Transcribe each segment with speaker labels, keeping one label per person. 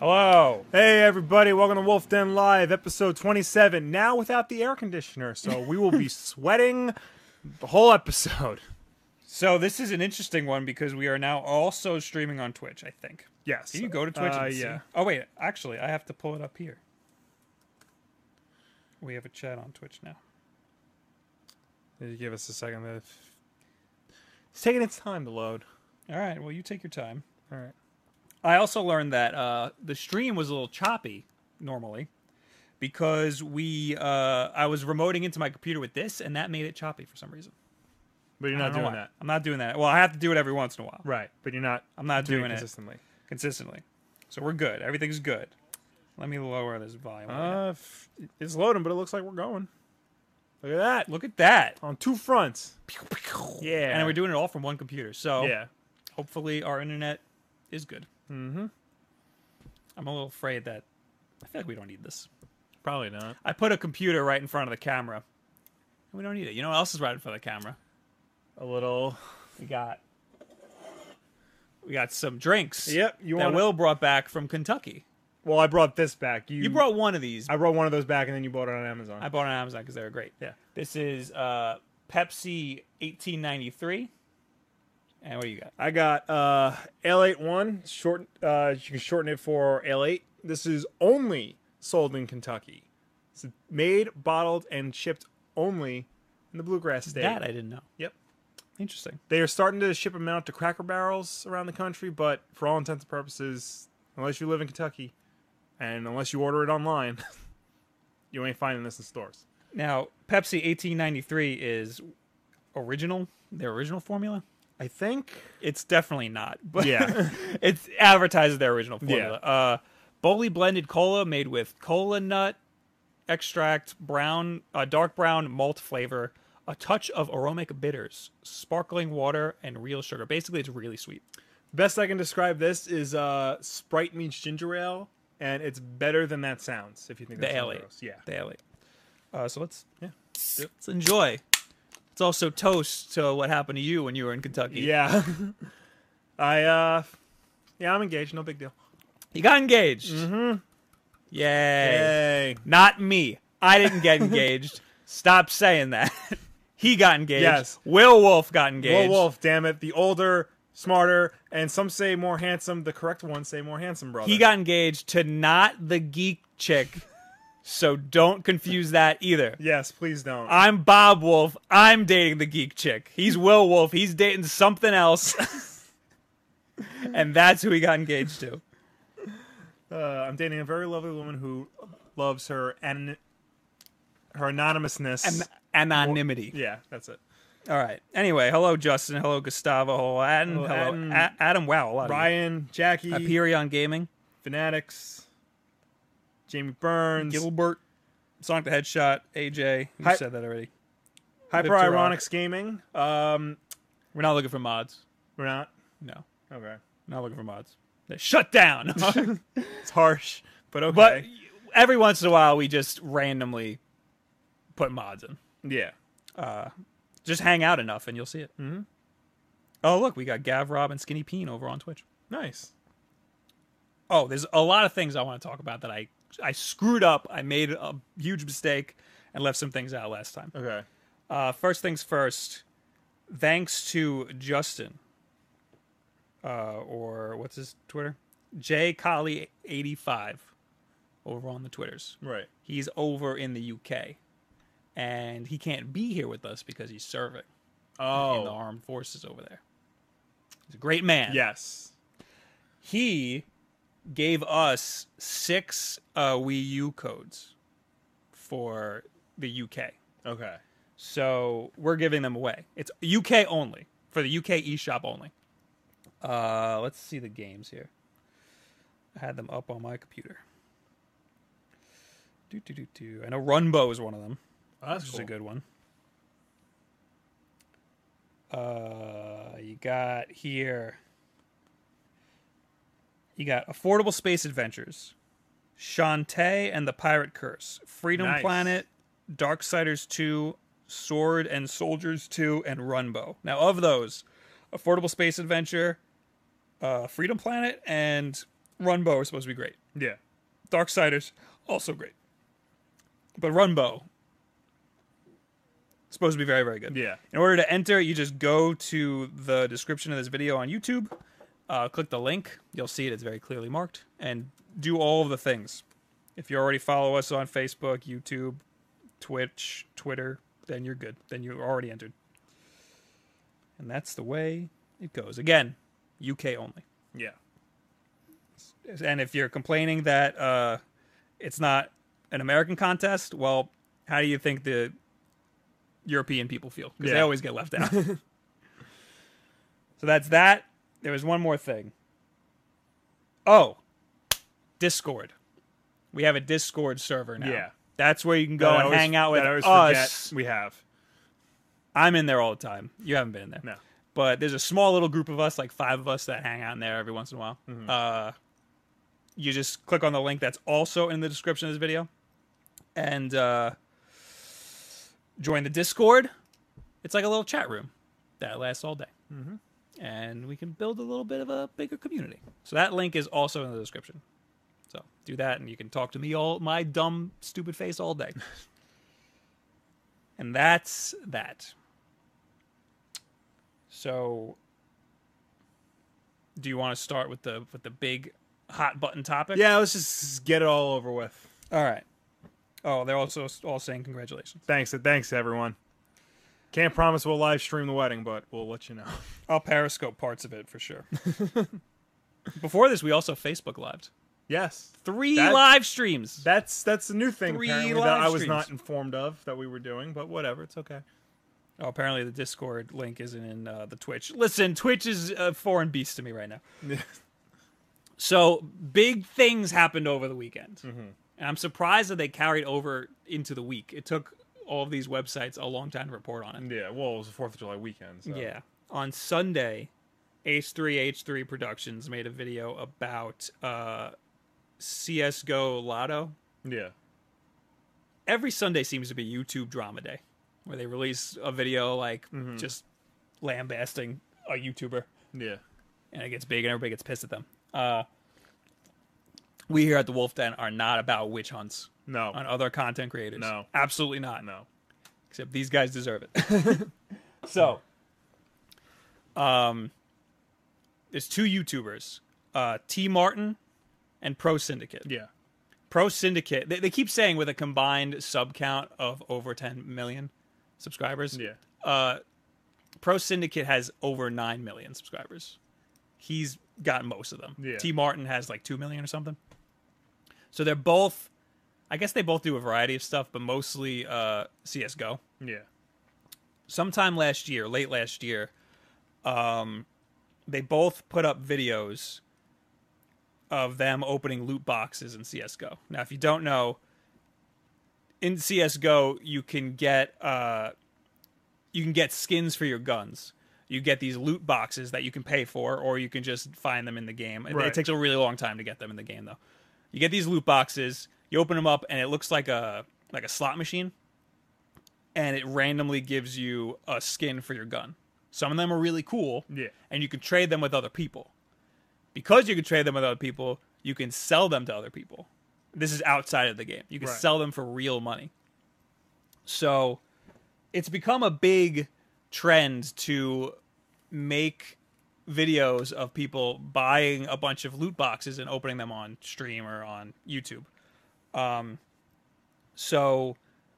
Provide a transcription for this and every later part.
Speaker 1: Oh,
Speaker 2: Hello. Hey, everybody. Welcome to Wolf Den Live, episode 27. Now without the air conditioner, so we will be sweating the whole episode.
Speaker 1: So this is an interesting one because we are now also streaming on Twitch. I think.
Speaker 2: Yes.
Speaker 1: Can you go to Twitch?
Speaker 2: Uh,
Speaker 1: and see?
Speaker 2: yeah.
Speaker 1: Oh wait, actually, I have to pull it up here. We have a chat on Twitch now.
Speaker 2: Did you give us a second? there? It's taking its time to load.
Speaker 1: All right. Well, you take your time.
Speaker 2: All right.
Speaker 1: I also learned that uh, the stream was a little choppy normally because we uh, I was remoting into my computer with this, and that made it choppy for some reason.
Speaker 2: But you're
Speaker 1: I
Speaker 2: not
Speaker 1: don't know
Speaker 2: doing
Speaker 1: why.
Speaker 2: that.
Speaker 1: I'm not doing that. Well, I have to do it every once in a while
Speaker 2: Right. But you're not
Speaker 1: I'm not
Speaker 2: doing,
Speaker 1: doing
Speaker 2: it
Speaker 1: it.
Speaker 2: consistently.
Speaker 1: consistently. So we're good. Everything's good. Let me lower this volume.
Speaker 2: Uh, f- it's loading, but it looks like we're going. Look at that.
Speaker 1: Look at that.
Speaker 2: On two fronts. Yeah.
Speaker 1: And we're doing it all from one computer. So
Speaker 2: Yeah.
Speaker 1: hopefully our internet is good. Mm-hmm. I'm a little afraid that I feel like we don't need this.
Speaker 2: Probably not.
Speaker 1: I put a computer right in front of the camera. We don't need it. You know what else is right in front of the camera?
Speaker 2: A little.
Speaker 1: We got we got some drinks.
Speaker 2: Yep, you
Speaker 1: that
Speaker 2: wanna-
Speaker 1: Will brought back from Kentucky.
Speaker 2: Well, I brought this back. You,
Speaker 1: You brought one of these.
Speaker 2: Mm. I brought one of those back, and then you bought it on Amazon.
Speaker 1: I bought it on Amazon because they were great.
Speaker 2: Yeah.
Speaker 1: This is uh, Pepsi 1893. And what do you got?
Speaker 2: I got uh, L81. Short, uh, you can shorten it for L8. This is only sold in Kentucky. It's made, bottled, and shipped only in the Bluegrass State.
Speaker 1: That I didn't know.
Speaker 2: yep.
Speaker 1: Interesting.
Speaker 2: They are starting to ship them out to Cracker Barrels around the country, but for all intents and purposes, unless you live in Kentucky and unless you order it online, you ain't finding this in stores.
Speaker 1: Now, Pepsi 1893 is original, their original formula.
Speaker 2: I think.
Speaker 1: It's definitely not, but
Speaker 2: Yeah.
Speaker 1: it advertises their original formula. Uh, Bowley blended cola made with cola nut extract, brown, uh, dark brown malt flavor, a touch of aromatic bitters, sparkling water, and real sugar. Basically, it's really sweet.
Speaker 2: Best I can describe this is uh, Sprite meets ginger ale, and it's better than that sounds. If you think
Speaker 1: The
Speaker 2: that's
Speaker 1: ale,
Speaker 2: gross. yeah.
Speaker 1: the ale. Uh, so let's
Speaker 2: Yeah.
Speaker 1: let's enjoy. It's also toast to what happened to you when you were in Kentucky.
Speaker 2: Yeah. I uh yeah, I'm engaged, no big deal.
Speaker 1: You got engaged. Mm-hmm. Yay.
Speaker 2: Hey.
Speaker 1: Not me. I didn't get engaged. Stop saying that. he got engaged.
Speaker 2: Yes.
Speaker 1: Will Wolf got
Speaker 2: Well
Speaker 1: engaged.
Speaker 2: Wolf, damn it. The older, smarter, and some say more handsome, the correct ones say more handsome brother.
Speaker 1: He got engaged to not the geek chick. so don't confuse that either.
Speaker 2: Yes, please don't.
Speaker 1: I'm Bob Wolf. I'm dating the geek chick. He's Will Wolf. He's dating something else. and that's who he got engaged to.
Speaker 2: Uh, I'm dating a very lovely woman who loves her and her anonymousness.
Speaker 1: An- anonymity.
Speaker 2: yeah, that's it.
Speaker 1: All right. Anyway, hello, Justin. Hello, Gustavo. Hello, Adam.
Speaker 2: Hello,
Speaker 1: Hello,
Speaker 2: Adam.
Speaker 1: A- Adam. Wow, a lot
Speaker 2: Hmm. Ryan, Jackie,
Speaker 1: of you. Hyperion Gaming.
Speaker 2: Fanatics, Jamie Burns,
Speaker 1: Gilbert. Sonic the Headshot. AJ. You
Speaker 2: Hi-
Speaker 1: said that already.
Speaker 2: Hyper
Speaker 1: Victor
Speaker 2: Ironics Gaming. Um
Speaker 1: We're not looking for mods.
Speaker 2: we're not
Speaker 1: No.
Speaker 2: okay.
Speaker 1: Not looking for mods. They're shut down.
Speaker 2: It's harsh, but okay.
Speaker 1: but every once in a while, we just randomly put mods in.
Speaker 2: yeah.
Speaker 1: Just hang out enough and you'll see it. Mm-hmm. Oh, look. We got Gav Rob and Skinny Peen over on Twitch.
Speaker 2: Nice.
Speaker 1: oh, there's a lot of things I want to talk about that I I screwed up. I made a huge mistake and left some things out last time.
Speaker 2: Okay.
Speaker 1: Uh, first things first. Thanks to Justin, uh, or what's his Twitter? J Collie eighty five, over on the Twitters.
Speaker 2: Right.
Speaker 1: He's over in the UK, and he can't be here with us because he's serving in the
Speaker 2: Oh.
Speaker 1: armed forces over there. He's a great man.
Speaker 2: Yes.
Speaker 1: he gave us six uh, Wii U codes for the UK.
Speaker 2: Okay.
Speaker 1: So we're giving them away. It's UK only for the UK eShop only. Uh, let's see the games here. I had them up on my computer. Do do do do. I know Runbo is one of them.
Speaker 2: Oh, that's
Speaker 1: Which is Oh, a good one. Uh, you got here. You got Affordable Space Adventures, Shantae and the Pirate Curse, Freedom
Speaker 2: Nice.
Speaker 1: Planet, Darksiders 2, Sword and Soldiers 2, and Runbo. Now, of those, Affordable Space Adventure, uh, Freedom Planet, and Runbo are supposed to be great.
Speaker 2: Yeah.
Speaker 1: Dark Darksiders, also great. But Runbow, supposed to be very, very good.
Speaker 2: Yeah.
Speaker 1: In order to enter, you just go to the description of this video on YouTube, uh, click the link. You'll see it. It's very clearly marked. And do all of the things. If you already follow us on Facebook, YouTube, Twitch, Twitter, then you're good. Then you're already entered. And that's the way it goes. Again, UK only.
Speaker 2: Yeah.
Speaker 1: And if you're complaining that uh, it's not an American contest, well, how do you think the European people feel? Because they
Speaker 2: Yeah.
Speaker 1: always get left out. so that's that. There was one more thing. Oh, Discord. We have a Discord server now.
Speaker 2: Yeah.
Speaker 1: That's where you can go
Speaker 2: That I
Speaker 1: and
Speaker 2: always-
Speaker 1: hang out with
Speaker 2: that I always
Speaker 1: us.
Speaker 2: forget we have.
Speaker 1: I'm in there all the time. You haven't been in there.
Speaker 2: No.
Speaker 1: But there's a small little group of us, like five of us, that hang out in there every once in a while. Uh, you just click on the link that's also in the description of this video and uh, join the Discord. It's like a little chat room that lasts all day. Mm-hmm. And we can build a little bit of a bigger community. So that link is also in the description. So do that, and you can talk to me all my dumb, stupid face all day. and that's that. So, do you want to start with the with the big hot button topic?
Speaker 2: Yeah, let's just get it all over with.
Speaker 1: All right. Oh, they're also all saying congratulations.
Speaker 2: Thanks, thanks everyone. Can't promise we'll live stream the wedding, but we'll let you know.
Speaker 1: I'll periscope parts of it for sure. Before this, we also Facebook lived
Speaker 2: Yes,
Speaker 1: three
Speaker 2: That-
Speaker 1: live streams.
Speaker 2: that's that's a new thing
Speaker 1: Three
Speaker 2: apparently that
Speaker 1: live
Speaker 2: I was
Speaker 1: streams.
Speaker 2: not informed of that we were doing, but whatever, it's okay.
Speaker 1: oh, apparently the Discord link isn't in uh, the Twitch. Listen, Twitch is a foreign beast to me right now. So big things happened over the weekend, and I'm surprised that they carried over into the week. It took all of these websites a long time to report on it.
Speaker 2: yeah, well, it was the Fourth of July weekend. So.
Speaker 1: Yeah. On Sunday, H3H3 Productions made a video about uh, CSGO Lotto.
Speaker 2: yeah,
Speaker 1: Every Sunday seems to be YouTube Drama Day, where they release a video like
Speaker 2: Mm-hmm.
Speaker 1: just lambasting a YouTuber,
Speaker 2: yeah.
Speaker 1: and it gets big, and everybody gets pissed at them. Uh, we here at the Wolf Den are not about witch hunts
Speaker 2: No,
Speaker 1: on other content creators.
Speaker 2: No.
Speaker 1: Absolutely not.
Speaker 2: no.
Speaker 1: except these guys deserve it. so, um, there's two YouTubers, uh, T Martin and Pro Syndicate.
Speaker 2: Yeah,
Speaker 1: Pro Syndicate, they, they keep saying with a combined sub count of over 10 million subscribers.
Speaker 2: yeah.
Speaker 1: Uh, Pro Syndicate has over 9 million subscribers. He's got most of them.
Speaker 2: Yeah.
Speaker 1: T Martin has like 2 million or something. So they're both, I guess they both do a variety of stuff, but mostly uh, CSGO
Speaker 2: Yeah.
Speaker 1: sometime last year, late last year, um, they both put up videos of them opening loot boxes in CS:GO. Now, if you don't know, in CS:GO you can get uh, you can get skins for your guns. You get these loot boxes that you can pay for, or you can just find them in the game. It- It
Speaker 2: Right.
Speaker 1: takes a really long time to get them in the game, though. You get these loot boxes, you open them up, and it looks like a like a slot machine and it randomly gives you a skin for your gun. Some of them are really cool,
Speaker 2: Yeah.
Speaker 1: and you can trade them with other people. Because you can trade them with other people, you can sell them to other people. This is outside of the game. You can
Speaker 2: Right.
Speaker 1: sell them for real money. So it's become a big trend to make videos of people buying a bunch of loot boxes and opening them on stream or on YouTube. Um, so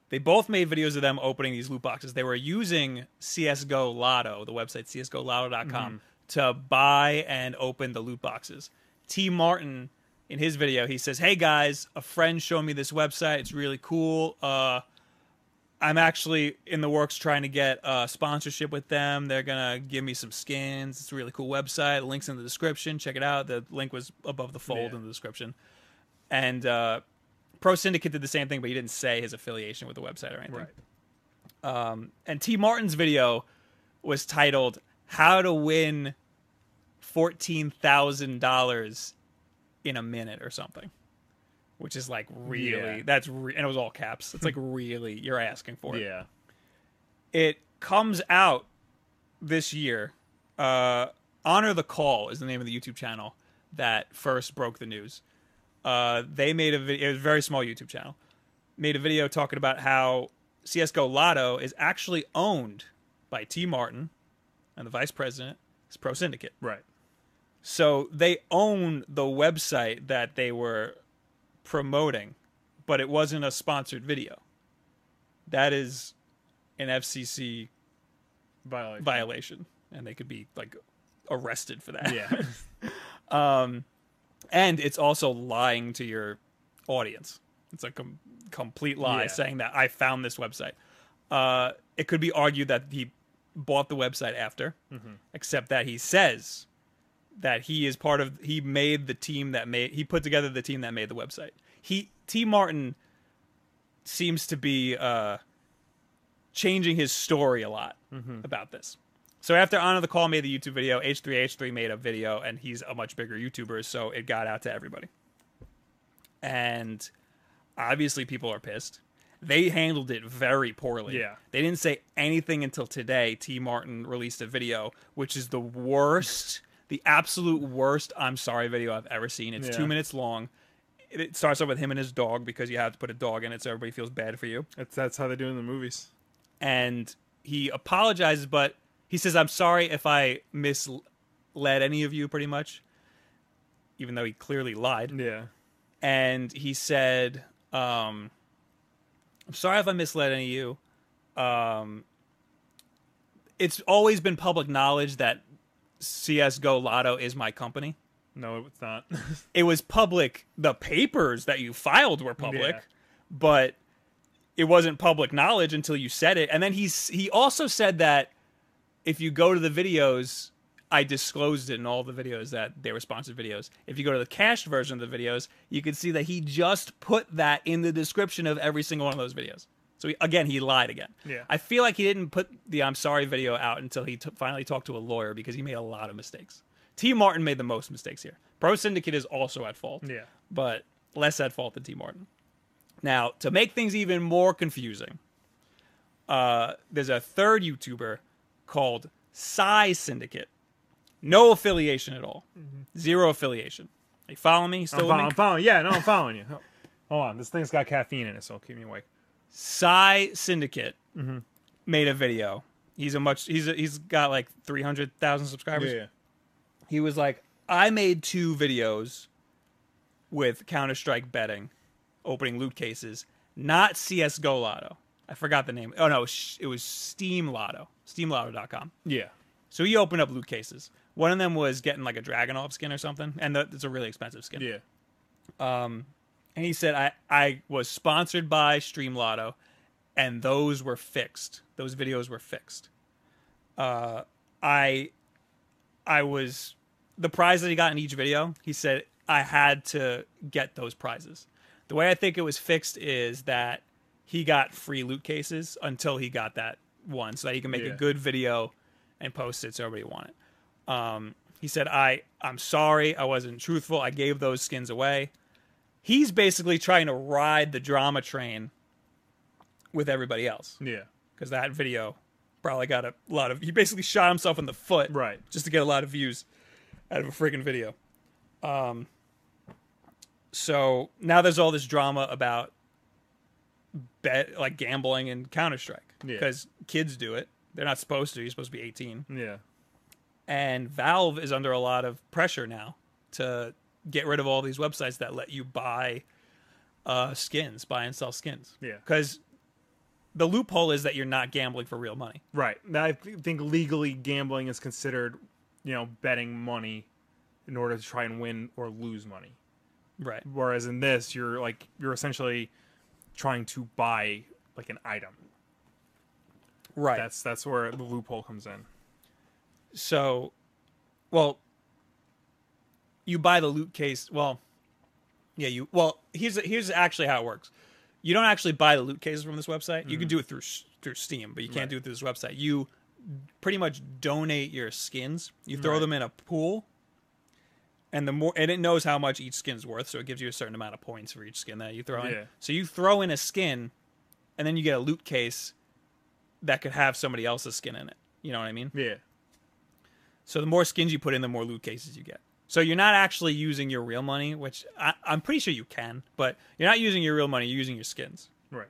Speaker 1: they both made videos of them opening these loot boxes. They were using CSGO Lotto, the website csgolotto.com, to buy and open the loot boxes. T Martin, in his video, he says, Hey guys, a friend showed me this website. It's really cool. Uh, I'm actually in the works trying to get uh, sponsorship with them. They're gonna give me some skins. It's a really cool website. Links in the description. Check it out. The link was above the fold
Speaker 2: Yeah.
Speaker 1: in the description. And uh, Pro Syndicate did the same thing, but he didn't say his affiliation with the website or anything.
Speaker 2: Right.
Speaker 1: And T Martin's video was titled "How to Win Fourteen Thousand Dollars in a Minute" or something, which is like really
Speaker 2: Yeah.
Speaker 1: that's re- and it was all caps. It's like really you're asking for it
Speaker 2: Yeah.
Speaker 1: it comes out this year. Uh, Honor the Call is the name of the YouTube channel that first broke the news. Uh, they made a video. It was a very small YouTube channel. Made a video talking about how CS:GO Lotto is actually owned by T. Martin, and the vice president is Pro Syndicate.
Speaker 2: Right.
Speaker 1: So they own the website that they were promoting, but it wasn't a sponsored video. That is an FCC
Speaker 2: Violation.
Speaker 1: violation, and they could be like arrested for that.
Speaker 2: yeah.
Speaker 1: and it's also lying to your audience. It's a com- complete lie
Speaker 2: Yeah.
Speaker 1: saying that I found this website. Uh, it could be argued that he bought the website after,
Speaker 2: Mm-hmm.
Speaker 1: except that he says that he is part of. He made the team that made. He put together the team that made the website. He T Martin seems to be uh, changing his story a lot about this. So after Honor the Call made the YouTube video, H3H3 made a video, and he's a much bigger YouTuber, so it got out to everybody. And obviously, people are pissed. They handled it very poorly.
Speaker 2: Yeah.
Speaker 1: They didn't say anything until today. T. Martin released a video, which is the worst, the absolute worst I'm sorry video I've ever seen. It's
Speaker 2: Yeah.
Speaker 1: two minutes long. It- It starts off with him and his dog because you have to put a dog in it so everybody feels bad for you
Speaker 2: That's that's how they do it in the movies.
Speaker 1: and he apologizes, but he says, "I'm sorry if I misled any of you." Pretty much, even though he clearly lied,
Speaker 2: Yeah.
Speaker 1: and he said, um, "I'm sorry if I misled any of you." Um, it's always been public knowledge that CS:GO Lotto is my company
Speaker 2: No, it's not.
Speaker 1: it was public. The papers that you filed were public,
Speaker 2: Yeah.
Speaker 1: but it wasn't public knowledge until you said it. And then he's he also said that if you go to the videos, I disclosed it in all the videos that they were sponsored videos. If you go to the cached version of the videos, you can see that he just put that in the description of every single one of those videos. So he, again, he lied again.
Speaker 2: Yeah.
Speaker 1: I feel like he didn't put the "I'm sorry" video out until he t- finally talked to a lawyer because he made a lot of mistakes. T. Martin made the most mistakes here. Pro Syndicate is also at fault
Speaker 2: yeah.
Speaker 1: but less at fault than T. Martin. Now, to make things even more confusing, uh, there's a third YouTuber called Psy Syndicate. No affiliation at all. Zero affiliation. Are you follow me?
Speaker 2: Mm-hmm. I'm
Speaker 1: Still with
Speaker 2: following,
Speaker 1: me?
Speaker 2: I'm following. Yeah, no, I'm following you. Oh, Hold on. This thing's got caffeine in it, so it'll keep me awake.
Speaker 1: Psy Syndicate made a video. He's a much. He's a, he's got like three hundred thousand subscribers. he was like, I made two videos with Counter Strike betting, opening loot cases, not CSGO Lotto. I forgot the name. Oh, no, sh- it was Steam Lotto, steamlotto.com.
Speaker 2: Yeah.
Speaker 1: So he opened up loot cases. One of them was getting like a Dragonov skin or something, and that it's a really expensive skin.
Speaker 2: Yeah.
Speaker 1: And he said, I, I was sponsored by Stream Lotto, and those were fixed. Those videos were fixed. Uh, I, I was the prize that he got in each video. He said I had to get those prizes. The way I think it was fixed is that he got free loot cases until he got that one, so that he can make
Speaker 2: Yeah.
Speaker 1: a good video and post it so everybody want it. Um, he said, "I, I'm sorry, I wasn't truthful. I gave those skins away." He's basically trying to ride the drama train with everybody else
Speaker 2: Yeah.
Speaker 1: because that video probably got a lot of. He basically shot himself in the foot,
Speaker 2: Right.
Speaker 1: just to get a lot of views out of a freaking video. Um, so now there's all this drama about bet like gambling and Counter Strike
Speaker 2: Yeah.
Speaker 1: because kids do it. They're not supposed to. You're supposed to be 18
Speaker 2: Yeah.
Speaker 1: and Valve is under a lot of pressure now to get rid of all these websites that let you buy uh, skins, buy and sell skins.
Speaker 2: Yeah.
Speaker 1: Because the loophole is that you're not gambling for real money.
Speaker 2: Right. Now, I th- think legally gambling is considered, you know, betting money in order to try and win or lose money.
Speaker 1: Right.
Speaker 2: Whereas in this, you're like you're essentially trying to buy like an item.
Speaker 1: Right.
Speaker 2: That's that's where the loophole comes in.
Speaker 1: so, well, you buy the loot case. Well, yeah, you. Well, here's here's actually how it works. You don't actually buy the loot cases from this website. You can do it through s- through Steam, but you can't
Speaker 2: Mm-hmm. Right.
Speaker 1: do it through this website. You pretty much donate your skins. You throw them in a pool, and the more and it knows how much each skin's worth, so it gives you a certain amount of points for each skin that you throw
Speaker 2: Yeah.
Speaker 1: in. So you throw in a skin, and then you get a loot case that could have somebody else's skin in it. You know what I mean?
Speaker 2: Yeah.
Speaker 1: So the more skins you put in, the more loot cases you get. So you're not actually using your real money, which I, I'm pretty sure you can, but you're not using your real money. You're using your skins.
Speaker 2: Right.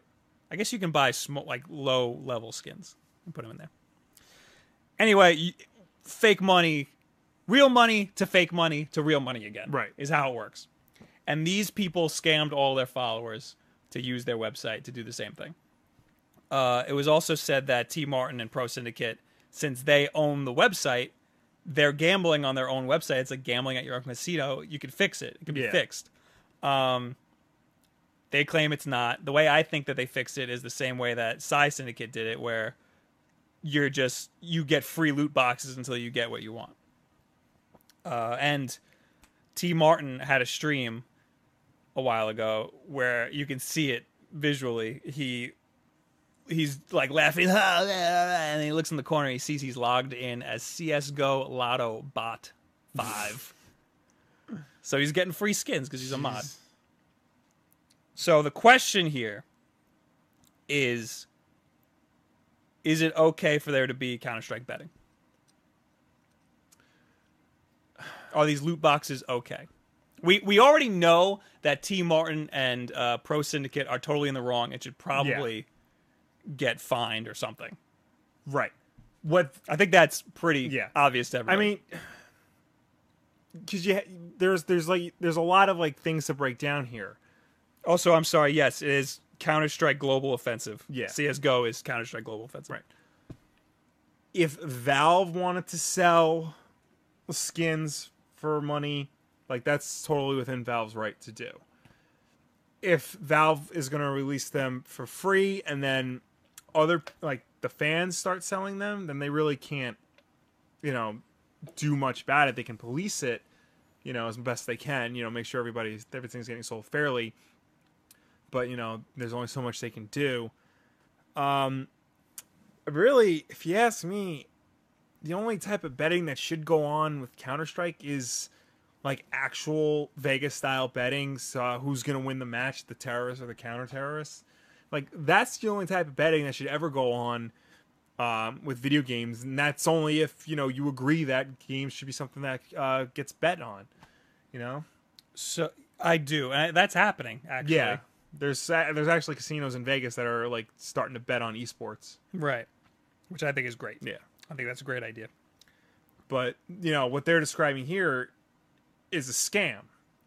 Speaker 1: I guess you can buy sm- like low level skins and put them in there. Anyway, you, fake money, real money to fake money to real money again.
Speaker 2: Right.
Speaker 1: Is how it works. And these people scammed all their followers to use their website to do the same thing. Uh, it was also said that T Martin and Pro Syndicate, since they own the website, they're gambling on their own website. It's like gambling at your own casino. You can fix it. It can be
Speaker 2: Yeah.
Speaker 1: fixed. Um, they claim it's not. The way I think that they fixed it is the same way that Psy Syndicate did it, where you're just you get free loot boxes until you get what you want. Uh, and T Martin had a stream a while ago where you can see it visually. He he's like laughing and he looks in the corner he sees he's logged in as CS:GO Lotto Bot 5. so he's getting free skins cuz he's a mod. So the question here is is it okay for there to be Counter-Strike betting? Are these loot boxes okay? We we already know that T Martin and uh, Pro Syndicate are totally in the wrong. It should probably get fined or something.
Speaker 2: Right. What
Speaker 1: I think that's pretty
Speaker 2: Yeah.
Speaker 1: obvious to
Speaker 2: I
Speaker 1: everyone.
Speaker 2: mean, because you ha- there's there's like there's a lot of like things to break down here.
Speaker 1: also, I'm sorry. Yes, it is Counter Strike Global Offensive.
Speaker 2: Yeah.
Speaker 1: CS:GO is Counter Strike Global Offensive.
Speaker 2: Right. If Valve wanted to sell skins for money, like that's totally within Valve's right to do. If Valve is going to release them for free and then other like the fans start selling them, then they really can't, you know, do much about it. They can police it, you know, as best they can. You know, make sure everybody's everything's getting sold fairly. But you know, there's only so much they can do. Um, really, if you ask me, the only type of betting that should go on with Counter Strike is like actual Vegas style betting. So uh, who's gonna win the match, the terrorists or the counter terrorists? Like that's the only type of betting that should ever go on um, with video games, and that's only if you know you agree that games should be something that uh, gets bet on. You know,
Speaker 1: So I do, and I, that's happening. Actually,
Speaker 2: There's a- there's actually casinos in Vegas that are like starting to bet on esports.
Speaker 1: right. Which I think is great.
Speaker 2: Yeah.
Speaker 1: I think that's a great idea.
Speaker 2: but you know what they're describing here is a scam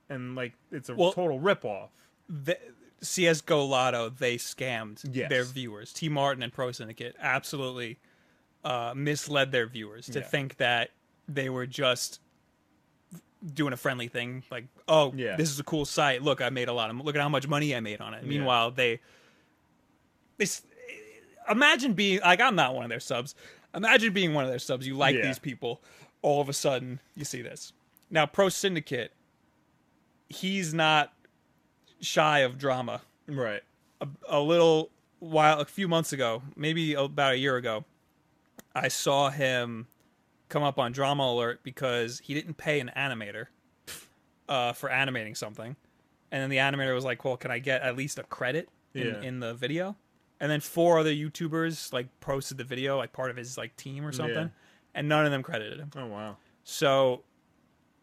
Speaker 2: and like it's a
Speaker 1: Well-
Speaker 2: total ripoff
Speaker 1: the, CS:GO Lotto they scammed
Speaker 2: Yes.
Speaker 1: their viewers. T Martin and Pro Syndicate absolutely uh, misled their viewers to
Speaker 2: Yeah.
Speaker 1: think that they were just doing a friendly thing like oh
Speaker 2: Yeah.
Speaker 1: this is a cool site look i made a lot of look at how much money i made on it meanwhile they this imagine being like i'm not one of their subs imagine being one of their subs you like
Speaker 2: Yeah.
Speaker 1: these people all of a sudden you see this now pro syndicate he's not shy of drama
Speaker 2: right
Speaker 1: a little while a few months ago maybe about a year ago i saw him come up on drama alert because he didn't pay an animator uh, for animating something and then the animator was like well can i get at least a credit in,
Speaker 2: Yeah.
Speaker 1: in the video and then four other youtubers like posted the video like part of his like team or something
Speaker 2: Yeah.
Speaker 1: and none of them credited him
Speaker 2: oh wow
Speaker 1: so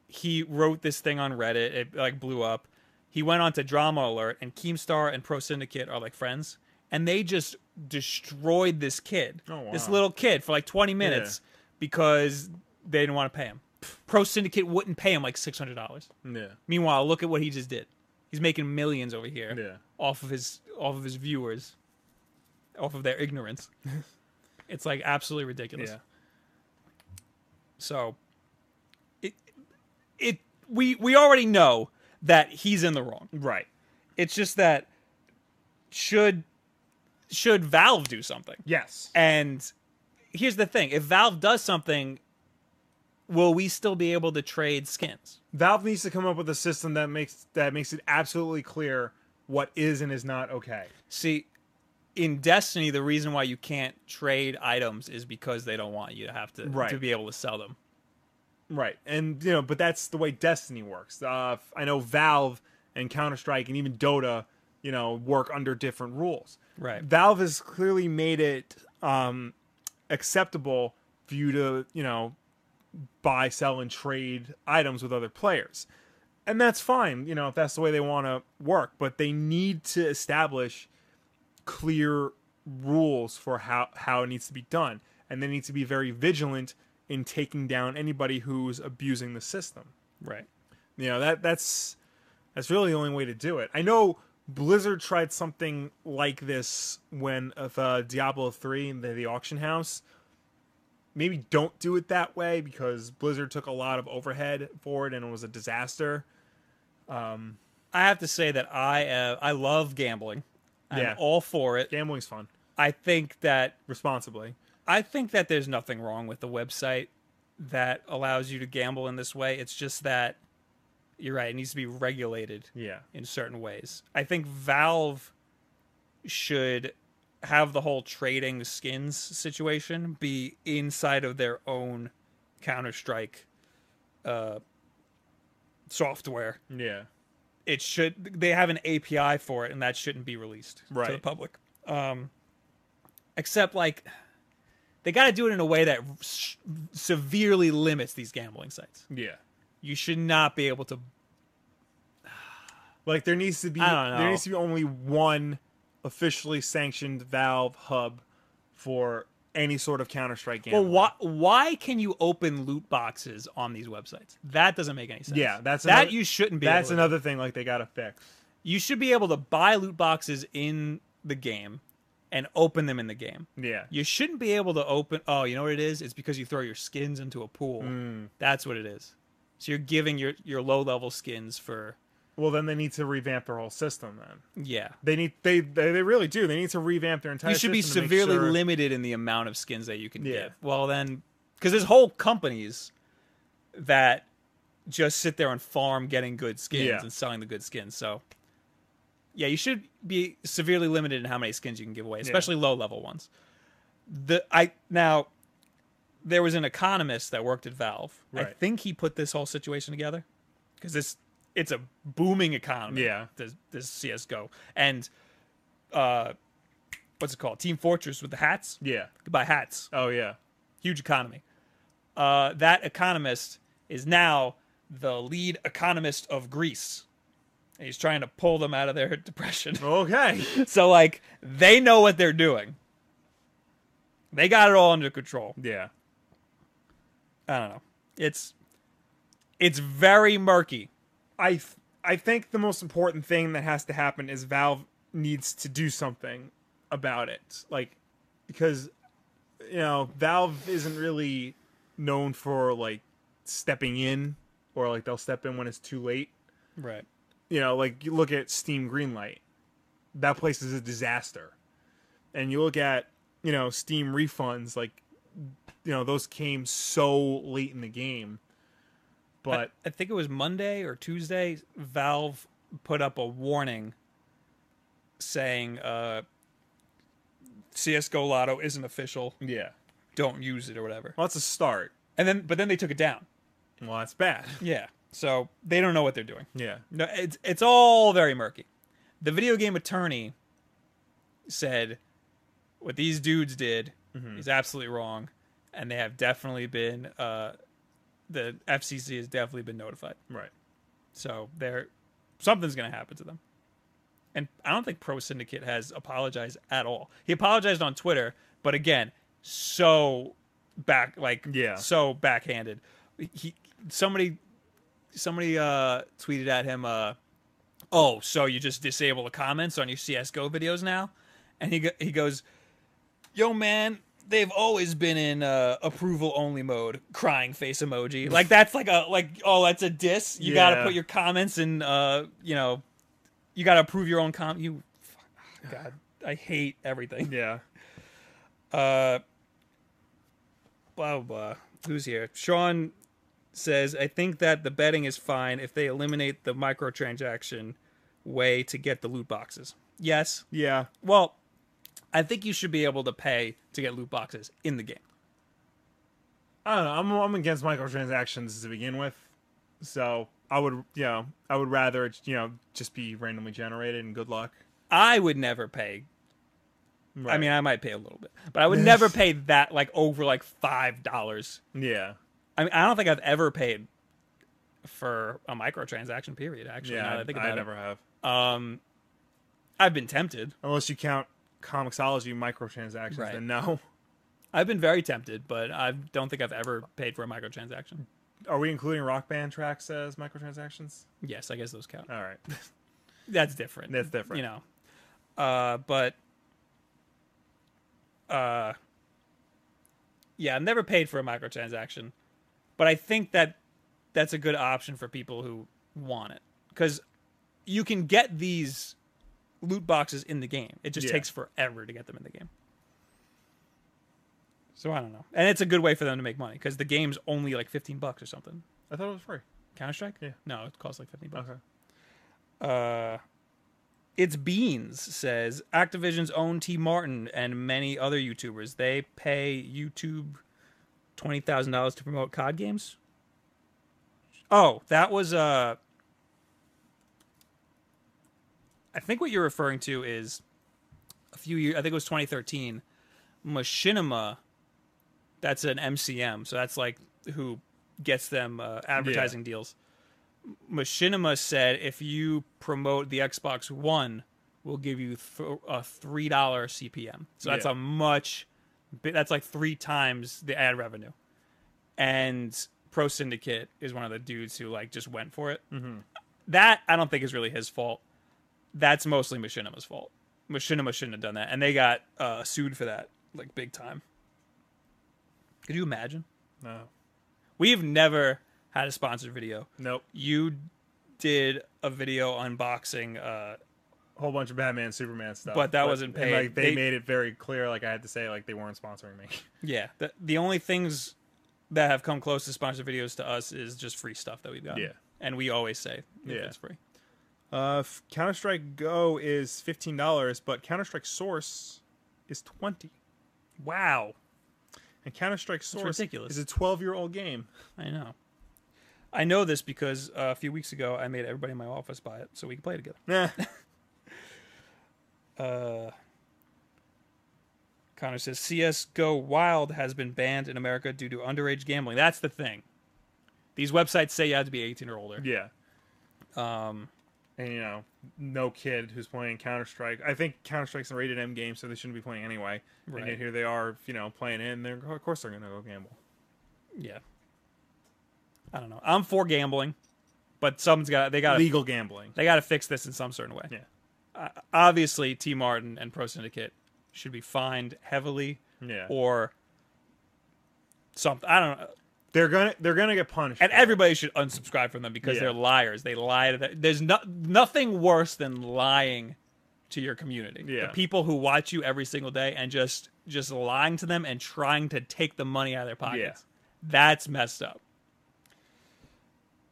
Speaker 1: he wrote this thing on Reddit. It like blew up. He went on to Drama Alert, and Keemstar and Pro Syndicate are like friends, and they just destroyed this kid,
Speaker 2: Oh, wow.
Speaker 1: this little kid, for like 20 minutes because they didn't want to pay him. Pro Syndicate wouldn't pay him like $600.
Speaker 2: yeah
Speaker 1: Meanwhile, look at what he just did. He's making millions over here
Speaker 2: yeah
Speaker 1: off of his off of his viewers, off of their ignorance. it's like absolutely ridiculous.
Speaker 2: Yeah.
Speaker 1: So it it we we already know that he's in the wrong.
Speaker 2: right
Speaker 1: It's just that should should Valve do something?
Speaker 2: yes
Speaker 1: And here's the thing, if Valve does something, will we still be able to trade skins?
Speaker 2: valve needs to come up with a system that makes that makes it absolutely clear what is and is not okay
Speaker 1: See, in Destiny, the reason why you can't trade items is because they don't want you to have to
Speaker 2: Right.
Speaker 1: to be able to sell them.
Speaker 2: right and you know but that's the way destiny works uh, i know valve and counter-strike and even dota you know work under different rules
Speaker 1: Right.
Speaker 2: Valve has clearly made it um, acceptable for you to, you know, buy, sell, and trade items with other players. And that's fine, you know, if that's the way they want to work, but they need to establish clear rules for how, how it needs to be done. And they need to be very vigilant in taking down anybody who's abusing the system.
Speaker 1: Right.
Speaker 2: You know, that that's that's really the only way to do it. I know Blizzard tried something like this when with, uh, Diablo 3 and the, the auction house. Maybe don't do it that way because Blizzard took a lot of overhead for it and it was a disaster. Um,
Speaker 1: I have to say that I uh, I love gambling. I'm
Speaker 2: Yeah.
Speaker 1: all for it.
Speaker 2: gambling's fun,
Speaker 1: I think that
Speaker 2: responsibly.
Speaker 1: I think that there's nothing wrong with the website that allows you to gamble in this way. It's just that you're right, it needs to be regulated
Speaker 2: Yeah.
Speaker 1: in certain ways. I think Valve should have the whole trading skins situation be inside of their own Counter Strike uh, software.
Speaker 2: Yeah.
Speaker 1: It should they have an API for it, and that shouldn't be released to the
Speaker 2: Right.
Speaker 1: public. Um, except like they got to do it in a way that s- severely limits these gambling sites.
Speaker 2: Yeah.
Speaker 1: You should not be able to
Speaker 2: Like there needs to be
Speaker 1: I don't know.
Speaker 2: there needs to be only one officially sanctioned Valve hub for any sort of Counter Strike game.
Speaker 1: Well, why why can you open loot boxes on these websites? That doesn't make any sense.
Speaker 2: Yeah, that's
Speaker 1: that
Speaker 2: another-
Speaker 1: you shouldn't be.
Speaker 2: That's
Speaker 1: able to do.
Speaker 2: another thing like they got to fix.
Speaker 1: You should be able to buy loot boxes in the game and open them in the game.
Speaker 2: Yeah.
Speaker 1: You shouldn't be able to open. Oh, you know what it is? It's because you throw your skins into a pool. That's what it is. So you're giving your your low level skins for
Speaker 2: Well, then they need to revamp their whole system then.
Speaker 1: yeah.
Speaker 2: They need they they, they really do. They need to revamp their entire
Speaker 1: You should be
Speaker 2: system to make
Speaker 1: severely
Speaker 2: sure-
Speaker 1: limited in the amount of skins that you can
Speaker 2: Yeah.
Speaker 1: give. Well, then, because there's whole companies that just sit there and farm getting good skins
Speaker 2: Yeah.
Speaker 1: and selling the good skins. So, yeah, you should be severely limited in how many skins you can give away, especially low level ones. The I now there was an economist that worked at Valve. I
Speaker 2: Right.
Speaker 1: think he put this whole situation together because this it's a booming economy.
Speaker 2: Yeah.
Speaker 1: this, this CS:GO and uh, what's it called? Team Fortress with the hats.
Speaker 2: Yeah.
Speaker 1: Buy hats.
Speaker 2: Oh yeah.
Speaker 1: Huge economy. Uh, that economist is now the lead economist of Greece. And he's trying to pull them out of their depression.
Speaker 2: Okay.
Speaker 1: so like they know what they're doing. They got it all under control.
Speaker 2: yeah.
Speaker 1: I don't know. It's it's very murky.
Speaker 2: I th- I think the most important thing that has to happen is Valve needs to do something about it. Like because you know, Valve isn't really known for like stepping in or like they'll step in when it's too late.
Speaker 1: Right.
Speaker 2: you know, like you look at Steam Greenlight, that place is a disaster. And you look at, you know, Steam refunds, like, you know, those came so late in the game. But
Speaker 1: I think it was Monday or Tuesday, Valve put up a warning saying uh, CSGO Lotto isn't official.
Speaker 2: yeah,
Speaker 1: Don't use it or whatever.
Speaker 2: well, that's a start.
Speaker 1: And then, but then they took it down.
Speaker 2: Well, that's bad.
Speaker 1: Yeah. So they don't know what they're doing.
Speaker 2: Yeah.
Speaker 1: No, it's it's all very murky. The video game attorney said what these dudes did is absolutely wrong, and they have definitely been uh, the FCC has definitely been notified.
Speaker 2: Right.
Speaker 1: So they're something's going to happen to them. And I don't think Pro Syndicate has apologized at all. He apologized on Twitter, but again, so back like
Speaker 2: Yeah.
Speaker 1: so backhanded. He somebody somebody uh tweeted at him uh oh, so you just disable the comments on your CS:GO videos now? And he go, he goes, "Yo man, they've always been in uh, approval only mode, crying face emoji. Like that's like a like oh, that's a diss. You got to
Speaker 2: Yeah.
Speaker 1: put your comments in uh, you know, you got to approve your own com you fuck, god, I hate everything.
Speaker 2: Yeah.
Speaker 1: Uh, blah, blah, blah. Who's here? Sean says, I think that the betting is fine if they eliminate the microtransaction way to get the loot boxes. Yes.
Speaker 2: Yeah.
Speaker 1: Well, I think you should be able to pay to get loot boxes in the game.
Speaker 2: I don't know. I'm, I'm against microtransactions to begin with. So I would, you know, I would rather, it, you know, just be randomly generated and good luck.
Speaker 1: I would never pay. I
Speaker 2: Right.
Speaker 1: mean, I might pay a little bit, but I would never pay that like over like $5
Speaker 2: yeah.
Speaker 1: I mean, I don't think I've ever paid for a microtransaction. Period. Actually, now
Speaker 2: Yeah,
Speaker 1: that I think
Speaker 2: I,
Speaker 1: about
Speaker 2: I
Speaker 1: it,
Speaker 2: never have.
Speaker 1: Um, I've been tempted.
Speaker 2: Unless you count Comixology microtransactions,
Speaker 1: Right.
Speaker 2: then no.
Speaker 1: I've been very tempted, but I don't think I've ever paid for a microtransaction.
Speaker 2: Are we including Rock Band tracks as microtransactions?
Speaker 1: Yes, I guess those count.
Speaker 2: All right.
Speaker 1: That's different.
Speaker 2: That's different.
Speaker 1: You know. Uh, but uh, yeah, I've never paid for a microtransaction, but I think that that's a good option for people who want it because you can get these loot boxes in the game. It just
Speaker 2: Yeah.
Speaker 1: takes forever to get them in the game. So I don't know, and it's a good way for them to make money because the game's only like fifteen bucks or something.
Speaker 2: I thought it was free.
Speaker 1: Counter Strike?
Speaker 2: Yeah.
Speaker 1: No, it costs like fifteen bucks.
Speaker 2: Okay.
Speaker 1: Uh, it's Beans says Activision's own T Martin and many other YouTubers they pay YouTube twenty thousand dollars to promote COD games. Oh, that was uh. I think what you're referring to is a few years. I think it was 2013. Machinima. That's an MCM, so that's like who gets them uh, advertising deals. Machinima said if you promote the Xbox One, we'll give you th- a three dollar CPM. So that's
Speaker 2: Yeah.
Speaker 1: a much, bi- that's like three times the ad revenue. And Pro Syndicate is one of the dudes who like just went for it. That I don't think is really his fault. That's mostly Machinima's fault. Machinima shouldn't have done that, and they got uh, sued for that like big time. Could you imagine?
Speaker 2: No.
Speaker 1: We've never had a sponsored video
Speaker 2: Nope.
Speaker 1: you did a video unboxing uh
Speaker 2: whole bunch of Batman, Superman stuff.
Speaker 1: But that wasn't
Speaker 2: and,
Speaker 1: paid.
Speaker 2: like they,
Speaker 1: They-
Speaker 2: made it very clear. Like I had to say, like they weren't sponsoring me.
Speaker 1: yeah the, the only things that have come close to sponsored videos to us is just free stuff that we've got
Speaker 2: Yeah.
Speaker 1: and we always say if
Speaker 2: Yeah.
Speaker 1: it's free
Speaker 2: Uh, Counter Strike Go is fifteen dollars, but Counter Strike Source is twenty.
Speaker 1: wow
Speaker 2: And Counter Strike Source
Speaker 1: ridiculous.
Speaker 2: is a twelve-year-old game.
Speaker 1: i know i know this because uh, a few weeks ago i made everybody in my office buy it so we could play together
Speaker 2: Nah.
Speaker 1: uh connor says csgo wild has been banned in america due to underage gambling that's the thing these websites say you have to be 18 or older
Speaker 2: yeah,
Speaker 1: um
Speaker 2: and you know, no kid who's playing Counter Strike. I think Counter Strike's a rated M game, so they shouldn't be playing anyway. And
Speaker 1: Right.
Speaker 2: yet here they are, you know, playing it, and they're of course they're gonna go gamble.
Speaker 1: Yeah. I don't know. I'm for gambling, but someone's got they got to
Speaker 2: Legal gambling.
Speaker 1: they got to fix this in some certain way.
Speaker 2: Yeah.
Speaker 1: Uh, obviously, T Martin and Pro Syndicate should be fined heavily
Speaker 2: Yeah,
Speaker 1: or something. I don't know.
Speaker 2: they're gonna they're gonna get punished.
Speaker 1: And
Speaker 2: for it.
Speaker 1: everybody should unsubscribe from them because
Speaker 2: Yeah.
Speaker 1: they're liars. They lie to that. There's no, nothing worse than lying to your community.
Speaker 2: Yeah.
Speaker 1: The people who watch you every single day and just just lying to them and trying to take the money out of their pockets. That's messed up.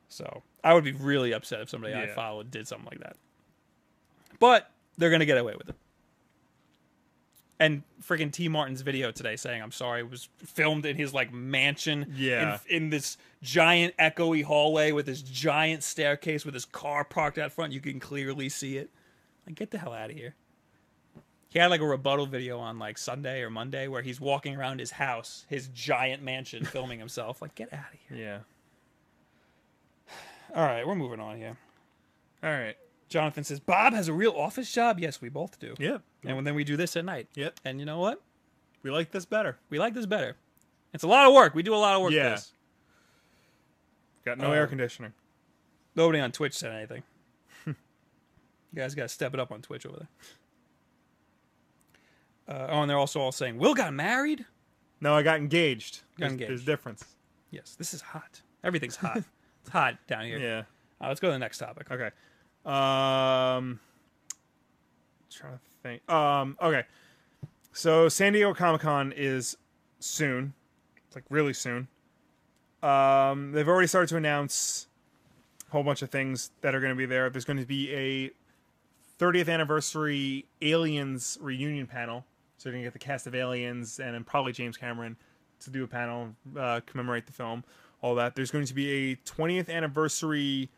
Speaker 1: So I would be really upset if somebody I
Speaker 2: Yeah.
Speaker 1: followed did something like that. But they're gonna get away with it. And freaking T Martin's video today saying I'm sorry was filmed in his like mansion.
Speaker 2: Yeah.
Speaker 1: In, in this giant echoey hallway with this giant staircase with his car parked out front. You can clearly see it. Like get the hell out of here. He had like a rebuttal video on like Sunday or Monday where he's walking around his house, his giant mansion, filming himself. Like get out of here.
Speaker 2: yeah.
Speaker 1: All right, we're moving on here.
Speaker 2: All right.
Speaker 1: Jonathan says Bob has a real office job. Yes, we both do.
Speaker 2: Yep.
Speaker 1: And then we do this at night.
Speaker 2: Yep.
Speaker 1: And you know what?
Speaker 2: We like this better.
Speaker 1: We like this better. It's a lot of work. We do a lot of work. for
Speaker 2: Yeah.
Speaker 1: this.
Speaker 2: Got no
Speaker 1: Uh,
Speaker 2: air conditioning.
Speaker 1: Nobody on Twitch said anything. you guys got to step it up on Twitch over there. Uh, oh, and they're also all saying Will got married.
Speaker 2: No, I got engaged.
Speaker 1: Got
Speaker 2: there's,
Speaker 1: engaged.
Speaker 2: There's difference.
Speaker 1: Yes, this is hot. Everything's hot. it's hot down here.
Speaker 2: Yeah.
Speaker 1: Uh, let's go to the next topic.
Speaker 2: Okay. Um, trying to think. Um, okay. So San Diego Comic Con is soon, It's, like really soon. Um, they've already started to announce a whole bunch of things that are going to be there. There's going to be a 30th anniversary Aliens reunion panel. So you're going to get the cast of Aliens and then probably James Cameron to do a panel, uh, commemorate the film, all that. There's going to be a 20th anniversary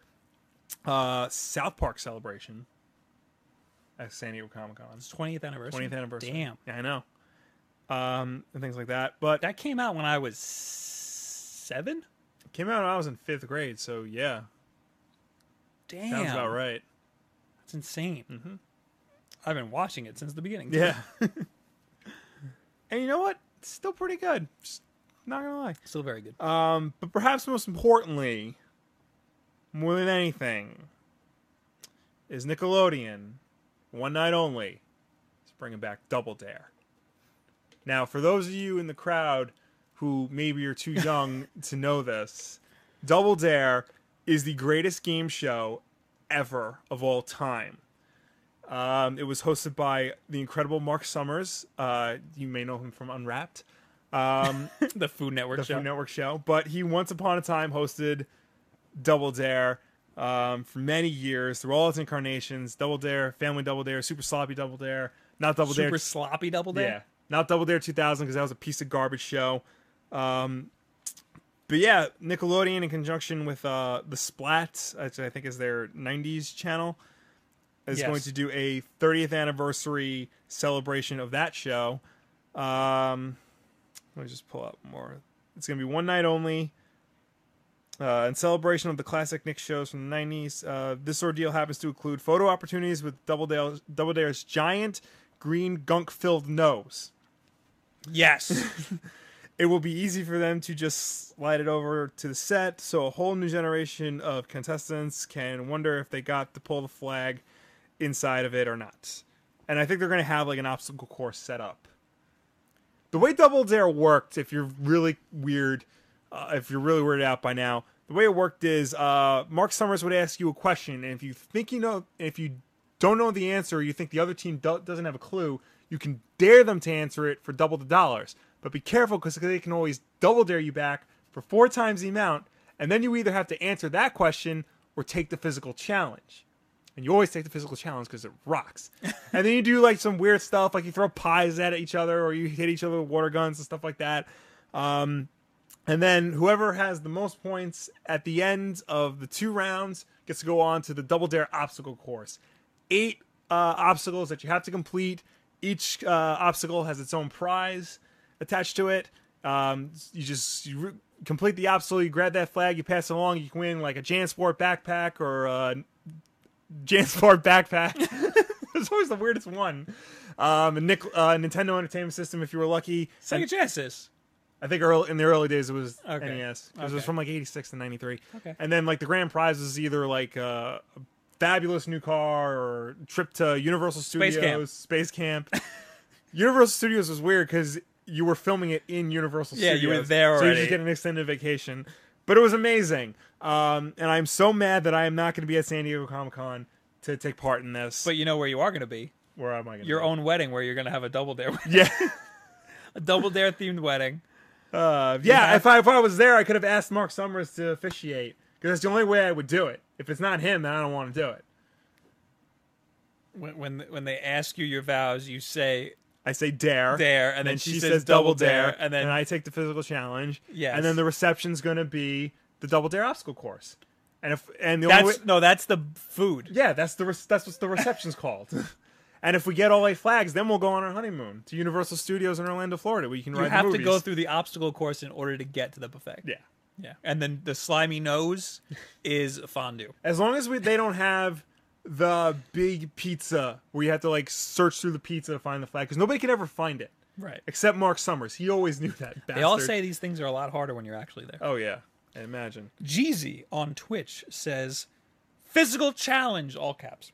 Speaker 2: uh, South Park celebration at San Diego Comic Con.
Speaker 1: It's 20th anniversary.
Speaker 2: 20th anniversary.
Speaker 1: Damn.
Speaker 2: Yeah, I know. Um, and things like that. But
Speaker 1: That came out when I was seven.
Speaker 2: Came out when I was in fifth grade, so yeah,
Speaker 1: Damn,
Speaker 2: sounds about right.
Speaker 1: That's insane. Mm-hmm. I've been watching it since the beginning. too.
Speaker 2: Yeah. and you know what? It's still pretty good. Just not gonna lie.
Speaker 1: still very good.
Speaker 2: Um, but perhaps most importantly, more than anything, is Nickelodeon, one night only, is bringing back Double Dare. Now, for those of you in the crowd who maybe are too young to know this, Double Dare is the greatest game show ever of all time. Um, it was hosted by the incredible Mark Summers. Uh, you may know him from Unwrapped. Um,
Speaker 1: the Food Network
Speaker 2: the
Speaker 1: show.
Speaker 2: Food Network show. But he once upon a time hosted Double Dare um, for many years through all its incarnations. Double Dare, Family Double Dare, Super Sloppy Double Dare, not Double
Speaker 1: Super
Speaker 2: Dare,
Speaker 1: sloppy double
Speaker 2: yeah,
Speaker 1: dare.
Speaker 2: not Double Dare 2000 because that was a piece of garbage show. Um, but yeah, Nickelodeon in conjunction with uh, the Splat, which I think is their '90s channel, is
Speaker 1: Yes.
Speaker 2: going to do a 30th anniversary celebration of that show. Um, let me just pull up more. It's going to be one night only. Uh, in celebration of the classic Nick shows from the 90s, uh, this ordeal happens to include photo opportunities with Doubledale, Doubledare's giant green gunk filled nose.
Speaker 1: Yes.
Speaker 2: It will be easy for them to just slide it over to the set so a whole new generation of contestants can wonder if they got to pull the flag inside of it or not. And I think they're going to have like an obstacle course set up. The way Double Dare worked, if you're really weird, uh, if you're really weirded out by now, the way it worked is uh, Mark Summers would ask you a question, and if you think you know, if you don't know the answer, or you think the other team do- doesn't have a clue, you can dare them to answer it for double the dollars. But be careful because they can always double dare you back for four times the amount, and then you either have to answer that question or take the physical challenge and you always take the physical challenge because it rocks. and then you do like some weird stuff, like you throw pies at each other or you hit each other with water guns and stuff like that. Um, and then whoever has the most points at the end of the two rounds gets to go on to the Double Dare obstacle course. Eight uh, obstacles that you have to complete. Each uh, obstacle has its own prize attached to it. Um, you just you re- complete the obstacle, you grab that flag, you pass it along, you can win like a JanSport backpack or a Jansport backpack. There's always the weirdest one. Um, and Nick, uh, Nintendo Entertainment System, if you were lucky.
Speaker 1: Sega Genesis.
Speaker 2: I think early, in the early days it was
Speaker 1: Okay.
Speaker 2: NES. 'cause It was
Speaker 1: Okay.
Speaker 2: from like 86 to 93.
Speaker 1: Okay.
Speaker 2: And then like the grand prize was either like uh, a fabulous new car or trip to Universal
Speaker 1: Space
Speaker 2: Studios,
Speaker 1: Camp.
Speaker 2: Space Camp. Universal Studios was weird because you were filming it in Universal
Speaker 1: Yeah,
Speaker 2: Studios.
Speaker 1: you were there
Speaker 2: So you
Speaker 1: already.
Speaker 2: just get an extended vacation. But it was amazing. Um, and I'm so mad that I am not going to be at San Diego Comic Con to take part in this.
Speaker 1: But you know where you are going to be.
Speaker 2: Where am I going to
Speaker 1: Your own wedding where you're going to have a double dare.
Speaker 2: Yeah.
Speaker 1: a double dare themed wedding.
Speaker 2: Uh, yeah,
Speaker 1: have-
Speaker 2: if I if I was there, I could have asked Mark Summers to officiate because that's the only way I would do it. If it's not him, then I don't want to do it.
Speaker 1: When, when when they ask you your vows, you say
Speaker 2: I say dare,
Speaker 1: dare and,
Speaker 2: and
Speaker 1: then,
Speaker 2: then she, says, double dare,
Speaker 1: and then
Speaker 2: I take the physical challenge.
Speaker 1: Yes.
Speaker 2: and then the reception's gonna be the double dare obstacle course, and if and the only way,
Speaker 1: that's no, that's the food.
Speaker 2: yeah, that's the re- that's what the reception's called. And if we get all eight flags, then we'll go on our honeymoon to Universal Studios in Orlando, Florida. We can
Speaker 1: You
Speaker 2: ride the
Speaker 1: have to
Speaker 2: movies.
Speaker 1: go through the obstacle course in order to get to the buffet.
Speaker 2: Yeah,
Speaker 1: Yeah. And then the slimy nose is fondue.
Speaker 2: as long as we they don't have the big pizza where you have to like search through the pizza to find the flag because nobody could ever find it
Speaker 1: Right.
Speaker 2: except Mark Summers. He always knew that. Bastard.
Speaker 1: They all say these things are a lot harder when you're actually there.
Speaker 2: "Oh yeah, I imagine."
Speaker 1: Jeezy on Twitch says, physical challenge, all caps.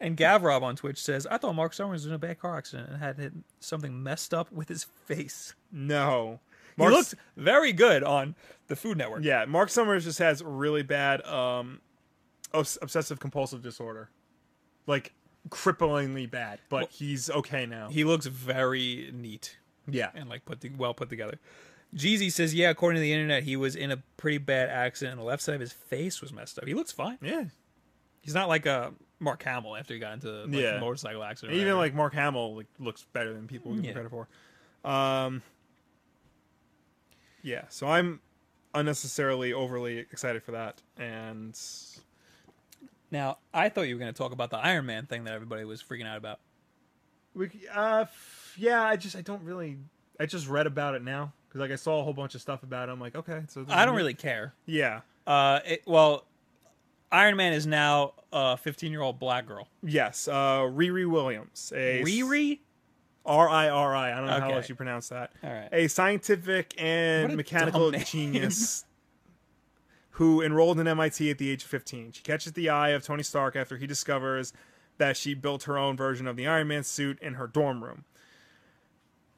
Speaker 1: and Gavrob on Twitch says, I thought Mark Summers was in a bad car accident and had hit something messed up with his face.
Speaker 2: No,
Speaker 1: He
Speaker 2: Mark-
Speaker 1: looked very good on the Food Network.
Speaker 2: Yeah, Mark Summers just has really bad um, obs- obsessive compulsive disorder, like cripplingly bad. But he's okay now.
Speaker 1: He looks very neat
Speaker 2: yeah,
Speaker 1: and like put the, well put together. Jeezy says, yeah, according to the internet, he was in a pretty bad accident and the left side of his face was messed up. He looks fine.
Speaker 2: yeah.
Speaker 1: He's not like a Mark Hamill after he got into like,
Speaker 2: Yeah.
Speaker 1: a motorcycle accident. or
Speaker 2: Even
Speaker 1: whatever.
Speaker 2: like Mark Hamill like, looks better than people give him
Speaker 1: Yeah.
Speaker 2: credit for. Um, yeah, so I'm unnecessarily overly excited for that, and
Speaker 1: Now, I thought you were going to talk about the Iron Man thing that everybody was freaking out about.
Speaker 2: we c- uh f- yeah, I just I don't really I just read about it now because like I saw a whole bunch of stuff about it. I'm like, okay, so this
Speaker 1: I
Speaker 2: is
Speaker 1: don't
Speaker 2: new-
Speaker 1: really care.
Speaker 2: Yeah,
Speaker 1: Uh, it, well, Iron Man is now a 15 year old black girl.
Speaker 2: yes. Uh, Riri Williams, a
Speaker 1: Riri?
Speaker 2: R I R I. I don't know how
Speaker 1: Okay.
Speaker 2: else you pronounce that.
Speaker 1: All right.
Speaker 2: A scientific
Speaker 1: What
Speaker 2: and
Speaker 1: a
Speaker 2: mechanical
Speaker 1: dumb name.
Speaker 2: genius who enrolled in MIT at the age of 15. She catches the eye of Tony Stark after he discovers that she built her own version of the Iron Man suit in her dorm room.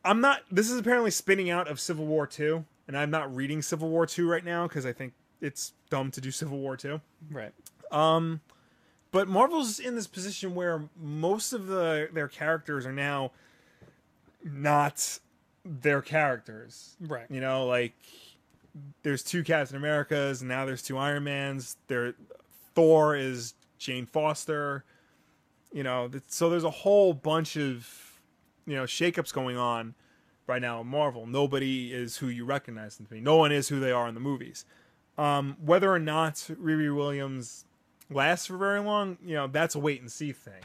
Speaker 2: I'm not. This is apparently spinning out of Civil War 2, and I'm not reading Civil War 2 right now because I think it's dumb to do Civil War 2
Speaker 1: Right.
Speaker 2: but Marvel's in this position where most of the their characters are now not their characters.
Speaker 1: Right.
Speaker 2: You know, like there's two Captain Americas, and now there's two Iron Mans. There, Thor is Jane Foster. You know, th- so there's a whole bunch of you know shakeups going on right now in Marvel. Nobody is who you recognize them to be. No one is who they are in the movies. Um, whether or not Riri Williams lasts for very long, you know, that's a wait and see thing.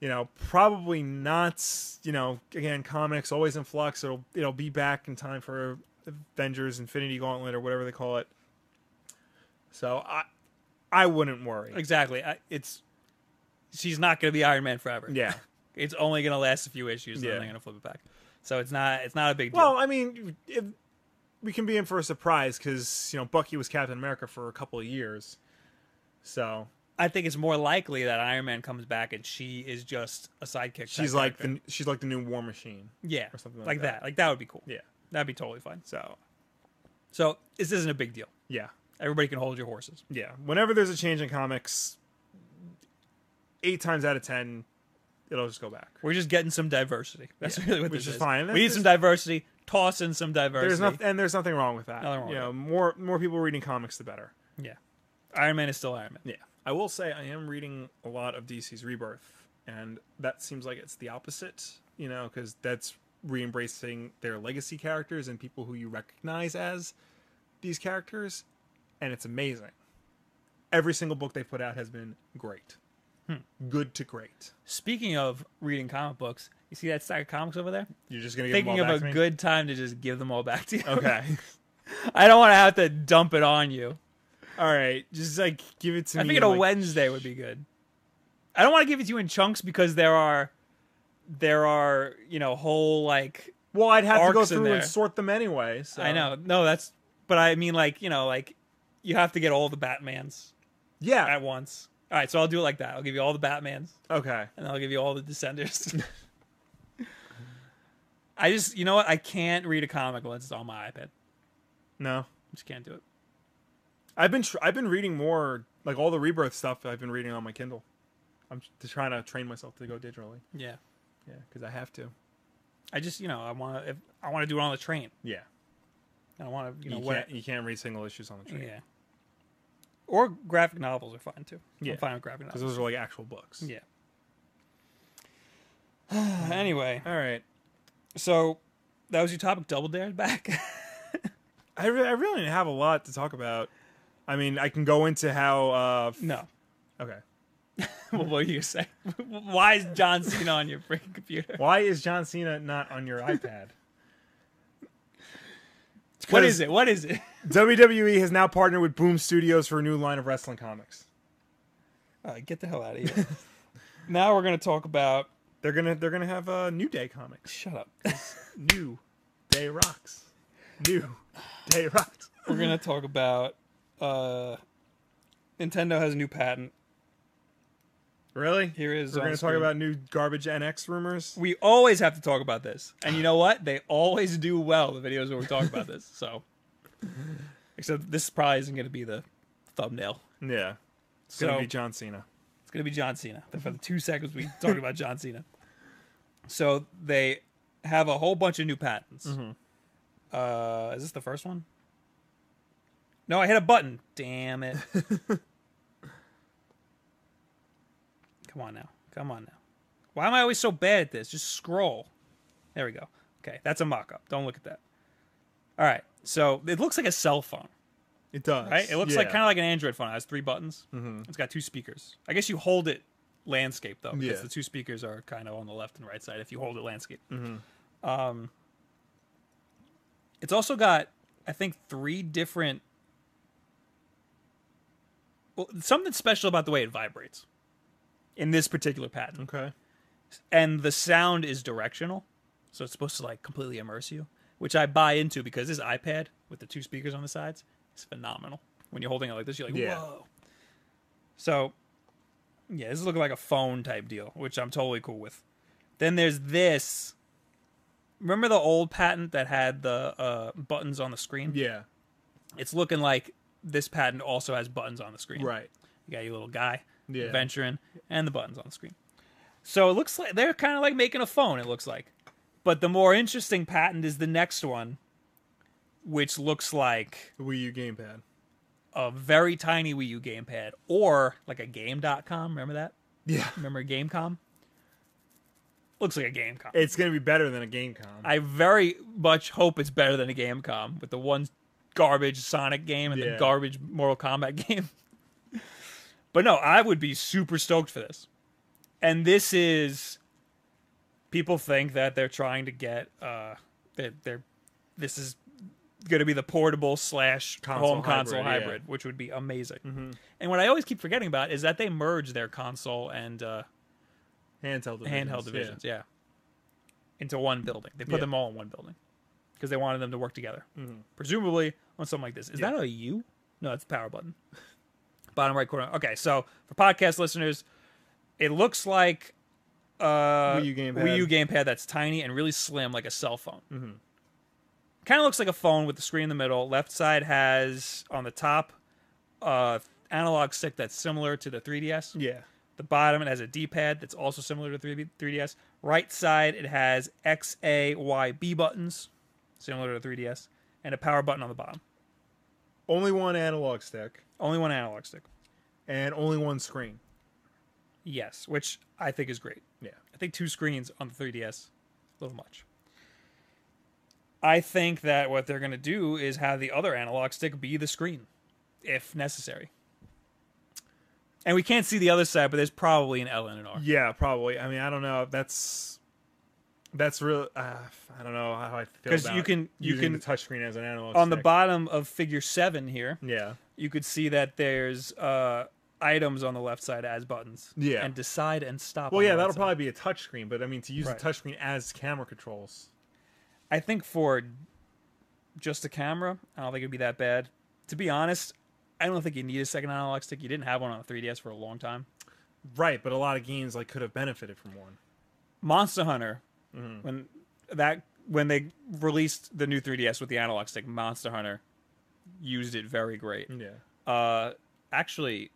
Speaker 2: You know, probably not. You know, again, comics always in flux. It'll it'll be back in time for Avengers Infinity Gauntlet or whatever they call it. So I I wouldn't worry.
Speaker 1: Exactly. I, it's she's not going to be Iron Man forever.
Speaker 2: Yeah.
Speaker 1: It's only going to last a few issues, and
Speaker 2: Yeah.
Speaker 1: then they're going to flip it back. So it's not it's not a big deal.
Speaker 2: Well, I mean, if, we can be in for a surprise because you know Bucky was Captain America for a couple of years. So
Speaker 1: I think it's more likely that Iron Man comes back and she is just a sidekick. type
Speaker 2: she's like
Speaker 1: character.
Speaker 2: the she's like the new War Machine.
Speaker 1: yeah,
Speaker 2: or something like
Speaker 1: like
Speaker 2: that.
Speaker 1: that. Like that would be cool.
Speaker 2: Yeah.
Speaker 1: that'd be totally fine.
Speaker 2: So
Speaker 1: So this isn't a big deal.
Speaker 2: yeah,
Speaker 1: Everybody can hold your horses.
Speaker 2: yeah. Whenever there's a change in comics, eight times out of ten, it'll just go back.
Speaker 1: We're just getting some diversity. That's really what
Speaker 2: which
Speaker 1: this
Speaker 2: is fine.
Speaker 1: We need
Speaker 2: That's-
Speaker 1: some diversity. Toss in some diversity.
Speaker 2: There's nothing, and there's nothing wrong with that.
Speaker 1: Nothing wrong
Speaker 2: you
Speaker 1: with
Speaker 2: know, more more people reading comics, the better.
Speaker 1: Yeah, Iron Man is still Iron Man.
Speaker 2: Yeah, I will say I am reading a lot of DC's Rebirth, and that seems like it's the opposite, you know, because that's re-embracing their legacy characters and people who you recognize as these characters, and it's amazing. Every single book they put out has been great, Hmm. good to great.
Speaker 1: Speaking of reading comic books, you see that stack of comics over there?
Speaker 2: You're just gonna give
Speaker 1: Thinking
Speaker 2: them all
Speaker 1: of
Speaker 2: back to
Speaker 1: a
Speaker 2: me?
Speaker 1: good time to just give them all back to you.
Speaker 2: Okay,
Speaker 1: I don't want to have to dump it on you.
Speaker 2: all right, just like give it to
Speaker 1: I
Speaker 2: me.
Speaker 1: figured a
Speaker 2: like-
Speaker 1: Wednesday would be good. I don't want to give it to you in chunks because there are there are, you know, whole like
Speaker 2: Well, I'd have to go
Speaker 1: arcs in
Speaker 2: through and
Speaker 1: there.
Speaker 2: sort them anyway. So.
Speaker 1: I know. No, that's but I mean like, you know, like you have to get all the Batmans
Speaker 2: Yeah.
Speaker 1: at once. All right, so I'll do it like that. I'll give you all the Batmans
Speaker 2: Okay.
Speaker 1: and I'll give you all the Descenders. I just, you know what? I can't read a comic once it's on my iPad.
Speaker 2: No.
Speaker 1: I just can't do it.
Speaker 2: I've been tr- I've been reading more like all the rebirth stuff. I've been reading on my Kindle. I'm t- trying to train myself to go digitally.
Speaker 1: Yeah.
Speaker 2: Yeah, because I have to.
Speaker 1: I just, you know, I want to I want to do it on the train.
Speaker 2: Yeah,
Speaker 1: I want to, you
Speaker 2: you,
Speaker 1: know, what.
Speaker 2: can't you can't read single issues on the train
Speaker 1: Yeah. Or graphic novels are fine too.
Speaker 2: Yeah.
Speaker 1: I'm fine with graphic
Speaker 2: because
Speaker 1: novels.
Speaker 2: those are like actual books.
Speaker 1: Yeah. anyway,
Speaker 2: All right,
Speaker 1: so that was your topic. Double Dare is back.
Speaker 2: I re- I really didn't have a lot to talk about. I mean, I can go into how. Uh, f-
Speaker 1: no.
Speaker 2: okay,
Speaker 1: what were you gonna say? Why is John Cena on your freaking computer?
Speaker 2: why is John Cena not on your iPad?
Speaker 1: What is it? What is it?
Speaker 2: WWE E has now partnered with Boom Studios for a new line of wrestling comics.
Speaker 1: All right, get the hell out of here. now we're gonna talk about.
Speaker 2: They're gonna they're gonna have uh, New Day comics.
Speaker 1: Shut up.
Speaker 2: New Day rocks. New Day rocks.
Speaker 1: we're gonna talk about. uh Nintendo has a new patent.
Speaker 2: Really?
Speaker 1: Here is. uh,
Speaker 2: We're
Speaker 1: on
Speaker 2: going to talk
Speaker 1: screen.
Speaker 2: about new garbage NX rumors.
Speaker 1: we always have to talk about this. And you know what? They always do well, the videos where we talk about this. So, except this probably isn't going to be the thumbnail.
Speaker 2: Yeah. It's
Speaker 1: So,
Speaker 2: going to be John Cena.
Speaker 1: it's going to be John Cena. For the two seconds we talked about John Cena. So, they have a whole bunch of new patents. Uh, is this the first one? No, I hit a button. Damn it. Come on now. Come on now. Why am I always so bad at this? Just scroll. There we go. Okay, that's a mock up. Don't look at that. All right. So it looks like a cell phone,
Speaker 2: It does.
Speaker 1: right? It looks like kind of like an Android phone. It has three buttons. Mm-hmm. It's got two speakers. I guess you hold it landscape though, because
Speaker 2: Yeah.
Speaker 1: the two speakers are kind of on the left and right side. If you hold it landscape, um, It's also got, I think, three different. Well, something special about the way it vibrates in this particular pattern.
Speaker 2: Okay.
Speaker 1: And the sound is directional. So it's supposed to like completely immerse you, which I buy into because this iPad with the two speakers on the sides is phenomenal. When you're holding it like this, you're like,
Speaker 2: Yeah.
Speaker 1: whoa. So, yeah, this is looking like a phone type deal, which I'm totally cool with. Then there's this. Remember the old patent that had the uh, buttons on the screen?
Speaker 2: Yeah.
Speaker 1: It's looking like this patent also has buttons on the screen.
Speaker 2: Right.
Speaker 1: You got your little guy
Speaker 2: Yeah.
Speaker 1: venturing, and the buttons on the screen. So it looks like they're kind of like making a phone. It looks like, but the more interesting patent is the next one, which looks like
Speaker 2: The Wii U gamepad.
Speaker 1: a very tiny Wii U gamepad or like a Game.com. Remember that?
Speaker 2: Yeah.
Speaker 1: Remember Gamecom? Looks like a Gamecom.
Speaker 2: It's gonna be better than a GameCom.
Speaker 1: I very much hope it's better than a Gamecom with the one garbage Sonic game and
Speaker 2: Yeah.
Speaker 1: the garbage Mortal Kombat game. but no, I would be super stoked for this. And this is people think that they're trying to get uh they're, they're this is going to be the portable slash
Speaker 2: Console
Speaker 1: home console
Speaker 2: hybrid, yeah. Mm-hmm.
Speaker 1: hybrid, which would be amazing. And what I always keep forgetting about is that they merge their console and uh
Speaker 2: handheld divisions.
Speaker 1: handheld
Speaker 2: yeah.
Speaker 1: divisions, yeah. Into one building. They put
Speaker 2: Yeah. Mm-hmm.
Speaker 1: them all in one building because they wanted them to work together. Presumably on something like this. Is that a U? No, that's the power button. Bottom right corner. Okay, so for podcast listeners, it looks like uh,
Speaker 2: Wii U gamepad. Mm-hmm.
Speaker 1: Wii U gamepad that's tiny and really slim, like a cell phone. Kind of looks like a phone with the screen in the middle. Left side has on the top uh, analog stick that's similar to the 3DS.
Speaker 2: Yeah.
Speaker 1: The bottom it has a D-pad that's also similar to 3 3DS. Right side it has X, A, Y, B buttons, similar to 3DS, and a power button on the bottom.
Speaker 2: Only one analog stick
Speaker 1: Only one analog stick.
Speaker 2: and only one screen.
Speaker 1: Yes, which I think is great.
Speaker 2: Yeah.
Speaker 1: I think two screens on the 3DS, a little much. I think that what they're going to do is have the other analog stick be the screen, if necessary. And we can't see the other side, but there's probably an L and an R.
Speaker 2: Yeah, probably. I mean, I don't know. That's that's real. Uh, I don't know how I feel
Speaker 1: 'Cause
Speaker 2: about
Speaker 1: you can- you
Speaker 2: using
Speaker 1: can-
Speaker 2: the touchscreen as an analog
Speaker 1: On the
Speaker 2: stick.
Speaker 1: bottom of Figure Seven here,
Speaker 2: Yeah.
Speaker 1: you could see that there's uh, items on the left side as buttons.
Speaker 2: Yeah.
Speaker 1: And decide and stop.
Speaker 2: Well,
Speaker 1: on
Speaker 2: yeah,
Speaker 1: the
Speaker 2: that'll
Speaker 1: right side.
Speaker 2: probably be a touchscreen, but I mean, to use
Speaker 1: Right.
Speaker 2: the touchscreen as camera controls.
Speaker 1: I think for just a camera, I don't think it'd be that bad. To be honest, I don't think you need a second analog stick. You didn't have one on the 3DS for a long time.
Speaker 2: Right, but a lot of games like could have benefited from one.
Speaker 1: Monster Hunter,
Speaker 2: Mm-hmm.
Speaker 1: when that when they released the new 3DS with the analog stick, Monster Hunter used it very great.
Speaker 2: Yeah.
Speaker 1: Uh, actually,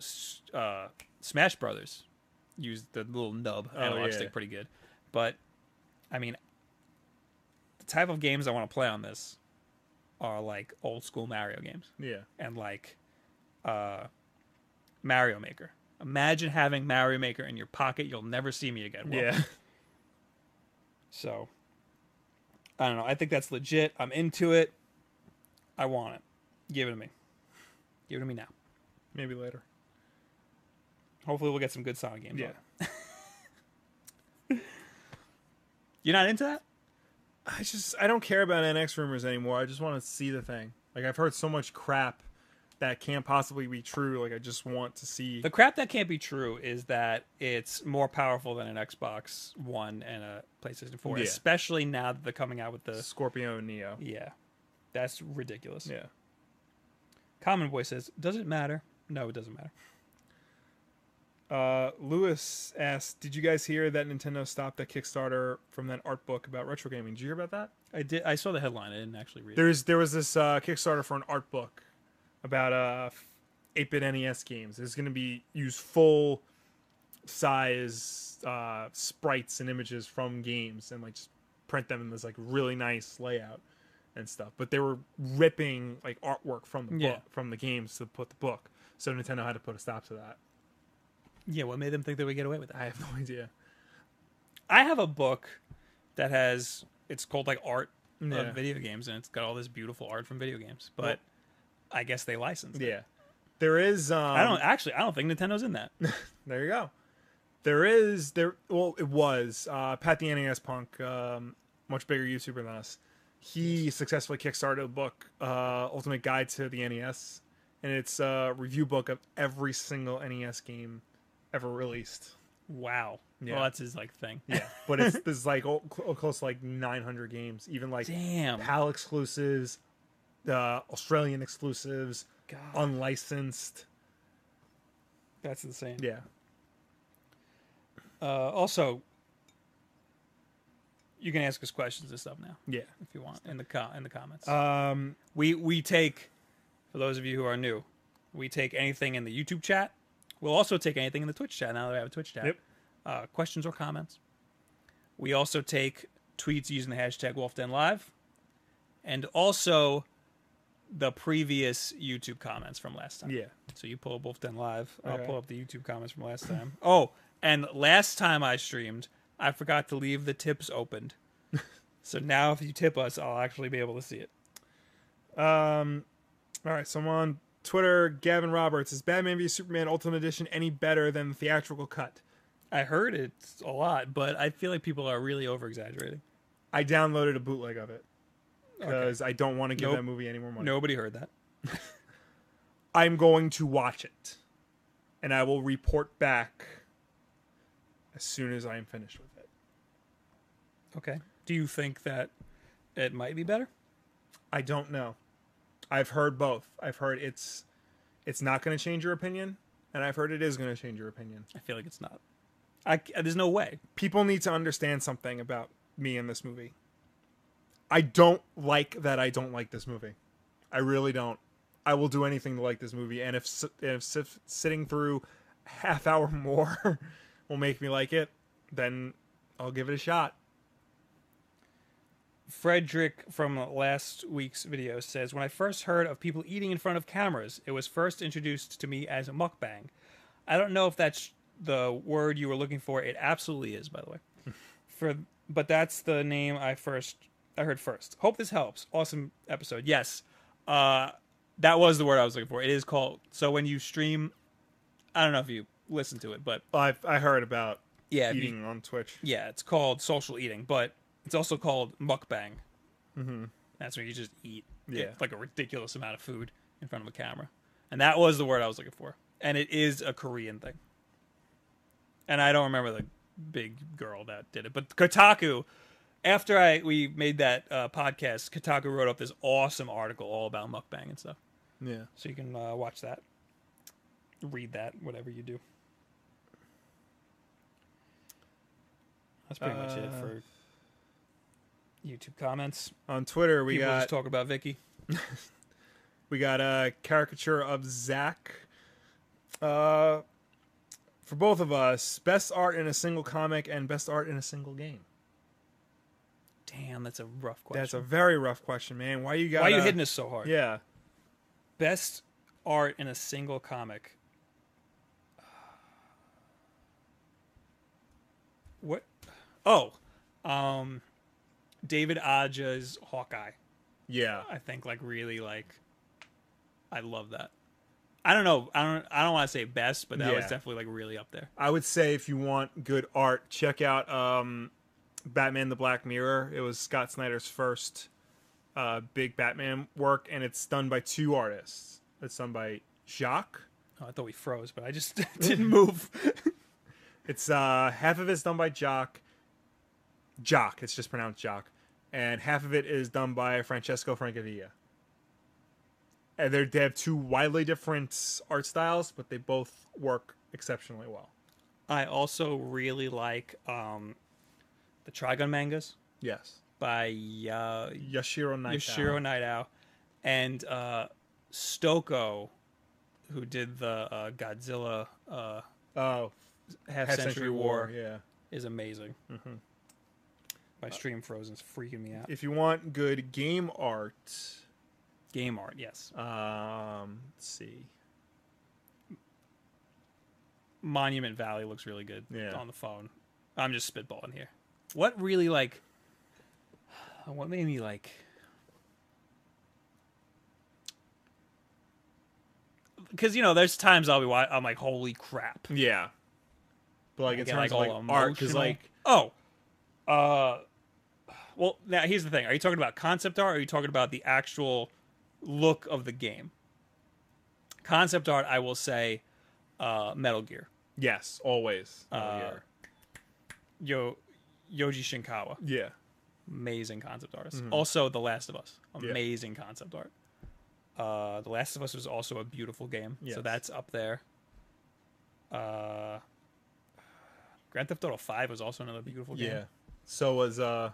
Speaker 1: S- uh, Smash Brothers used the little nub analog
Speaker 2: yeah.
Speaker 1: stick pretty good. But I mean, the type of games I want to play on this are like old school Mario games
Speaker 2: Yeah.
Speaker 1: and like uh, Mario Maker. Imagine having Mario Maker in your pocket. You'll never see me again. Will.
Speaker 2: yeah.
Speaker 1: So I don't know. I think that's legit. I'm into it. I want it. Give it to me. Give it to me now.
Speaker 2: Maybe later.
Speaker 1: Hopefully, we'll get some good Sonic games.
Speaker 2: Yeah.
Speaker 1: out. You're not into that?
Speaker 2: I just I don't care about NX rumors anymore. I just want to see the thing. Like I've heard so much crap that can't possibly be true. Like I just want to see.
Speaker 1: The crap that can't be true is that it's more powerful than an Xbox One and a PlayStation 4,
Speaker 2: Yeah.
Speaker 1: especially now that they're coming out with the.
Speaker 2: Scorpio and Neo.
Speaker 1: Yeah. That's ridiculous.
Speaker 2: Yeah.
Speaker 1: Common Boy says, Does it matter? No, it doesn't matter.
Speaker 2: Uh, Lewis asked, "Did you guys hear that Nintendo stopped that Kickstarter from that art book about retro gaming? Did you hear about that?
Speaker 1: I did. I saw the headline. I didn't actually read it.
Speaker 2: There's there was this uh, Kickstarter for an art book about uh, 8-bit NES E games. It's going to be use full size uh, sprites and images from games and like just print them in this like really nice layout and stuff. But they were ripping like artwork from the
Speaker 1: Yeah.
Speaker 2: book, from the games to put the book. So Nintendo had to put a stop to that.
Speaker 1: Yeah, what made them think they would get away with that?
Speaker 2: I have no idea.
Speaker 1: I have a book that has it's called like art
Speaker 2: Yeah.
Speaker 1: of video games, and it's got all this beautiful art from video games. But I guess they licensed. it.
Speaker 2: Yeah. There is um,
Speaker 1: I don't actually. I don't think Nintendo's in that.
Speaker 2: There you go. There E is there. Well, it was uh, Pat the NES Punk, um, much bigger YouTuber than us, he successfully kickstarted a book, uh, Ultimate Guide to the NES, and it's a review book of every single NES game ever released.
Speaker 1: Wow.
Speaker 2: Yeah.
Speaker 1: Well, that's his like thing.
Speaker 2: Yeah, but it's this is like o- cl- close to like 900 games, even like
Speaker 1: Damn.
Speaker 2: PAL exclusives, uh, Australian exclusives,
Speaker 1: God.
Speaker 2: unlicensed.
Speaker 1: That's insane.
Speaker 2: Yeah,
Speaker 1: Uh, also, you can ask us questions and stuff now
Speaker 2: yeah.
Speaker 1: if you want in the com- in the comments.
Speaker 2: Um,
Speaker 1: we we take for those of you who are new, we take anything in the YouTube chat. We'll also take anything in the Twitch chat now that we have a Twitch chat.
Speaker 2: Yep.
Speaker 1: Uh, questions or comments. We also take tweets using the hashtag WolfDenLive, and also the previous YouTube comments from last time.
Speaker 2: yeah.
Speaker 1: So you pull up Wolf Den Live. I'll
Speaker 2: Okay.
Speaker 1: pull up the YouTube comments from last time. Oh, and last time I streamed, I forgot to leave the tips opened. so now if you tip us, I'll actually be able to see it.
Speaker 2: Um, all right. So I'm on Twitter. Gavin Roberts is Batman v Superman Ultimate Edition any better than the theatrical cut?
Speaker 1: I heard it a lot, but I feel like people are really over exaggerating.
Speaker 2: I downloaded a bootleg of it because I don't want to give
Speaker 1: Nope.
Speaker 2: that movie any more money.
Speaker 1: Nobody heard that.
Speaker 2: I'm going to watch it, and I will report back as soon as I am finished with it.
Speaker 1: Okay. Do you think that it might be better?
Speaker 2: I don't know. I've heard both. I've heard it's it's not going to change your opinion, and I've heard it is going to change your opinion.
Speaker 1: I feel like it's not. I c there's no way.
Speaker 2: People need to understand something about me in this movie. I don't like that I don't like this movie. I really don't. I will do anything to like this movie, and if s- if s- sitting through half hour more will make me like it, then I'll give it a shot.
Speaker 1: Frederick from last week's video says, When I first heard of people eating in front of cameras, it was first introduced to me as a mukbang. I don't know if that's the word you were looking for. It absolutely is, by the way. For but that's the name I first I heard first. Hope this helps. Awesome episode. Yes. Uh that was the word I was looking for. It is called so when you stream I don't know if you listen to it, but
Speaker 2: I I heard about
Speaker 1: yeah, if you-
Speaker 2: eating on Twitch.
Speaker 1: yeah, it's called social eating, but it's also called mukbang. Mm-hmm. That's where you just eat
Speaker 2: Yeah.
Speaker 1: it- like a ridiculous amount of food in front of a camera. And that was the word I was looking for. And it is a Korean thing. And I don't remember the big girl that did it, but Kotaku. After I we made that uh, podcast, Kotaku wrote up this awesome article all about mukbang and stuff.
Speaker 2: Yeah.
Speaker 1: So you can uh, watch that, read that, whatever you do. That's pretty much it
Speaker 2: Uh,
Speaker 1: for YouTube comments.
Speaker 2: On Twitter, Uh, we
Speaker 1: People
Speaker 2: got
Speaker 1: just talk about Vicky.
Speaker 2: We got a caricature of Zach. Uh, for both of us, best art in a single comic and best art in a single game.
Speaker 1: Damn, that's a rough question.
Speaker 2: That's a very rough question, man. Why you got?
Speaker 1: Why are you hitting us so hard?
Speaker 2: Yeah,
Speaker 1: Best art in a single comic. What? Oh, um, David Aja's Hawkeye.
Speaker 2: yeah.
Speaker 1: I think like really like I love that. I don't know. I don't I don't want to say best, but that was
Speaker 2: Yeah.
Speaker 1: definitely like really up there.
Speaker 2: I would say if you want good art, check out um, Batman: The Black Mirror. It was Scott Snyder's first uh, big Batman work, and it's done by two artists. It's done by Jacques.
Speaker 1: Oh, I thought we froze, but I just didn't move.
Speaker 2: It's uh half of it's done by Jock. Jock, it's just pronounced Jock. And half of it is done by Francesco Francavilla. And they're, they have two widely different art styles, but they both work exceptionally well.
Speaker 1: I also really like um the Trigon mangas
Speaker 2: Yes.
Speaker 1: by uh
Speaker 2: Yashiro Naito.
Speaker 1: Yoshiro Night Owl and uh Stoko who did the uh, Godzilla uh
Speaker 2: Oh,
Speaker 1: Half,
Speaker 2: Half
Speaker 1: Century, War, Mm-hmm.
Speaker 2: Yeah.
Speaker 1: is amazing. My stream frozen is freaking me out.
Speaker 2: If you want good game art,
Speaker 1: Game art, yes.
Speaker 2: um, let's see.
Speaker 1: Monument Valley looks really good
Speaker 2: Yeah.
Speaker 1: on the phone. I'm just spitballing here. What really like? What made me like? Because you know, there's times I'll be wa- I'm like, holy crap!
Speaker 2: Yeah. But like
Speaker 1: I
Speaker 2: in
Speaker 1: get,
Speaker 2: terms
Speaker 1: all
Speaker 2: of like art, because
Speaker 1: emotional.
Speaker 2: like
Speaker 1: oh, uh, Well, now here's the thing: Are you talking about concept art? Or are you talking about the actual look of the game? Concept art, I will say, uh, Metal Gear.
Speaker 2: Yes, always. Oh,
Speaker 1: Uh, Yo, Yoji Shinkawa,
Speaker 2: yeah.
Speaker 1: amazing concept artist. Also, The Last of Us,
Speaker 2: Mm-hmm. Yeah.
Speaker 1: amazing concept art. Uh, the Last of Us was also a beautiful game, so
Speaker 2: Yes.
Speaker 1: that's up there. Uh, Grand Theft Auto Five was also another beautiful game.
Speaker 2: Yeah. So was uh,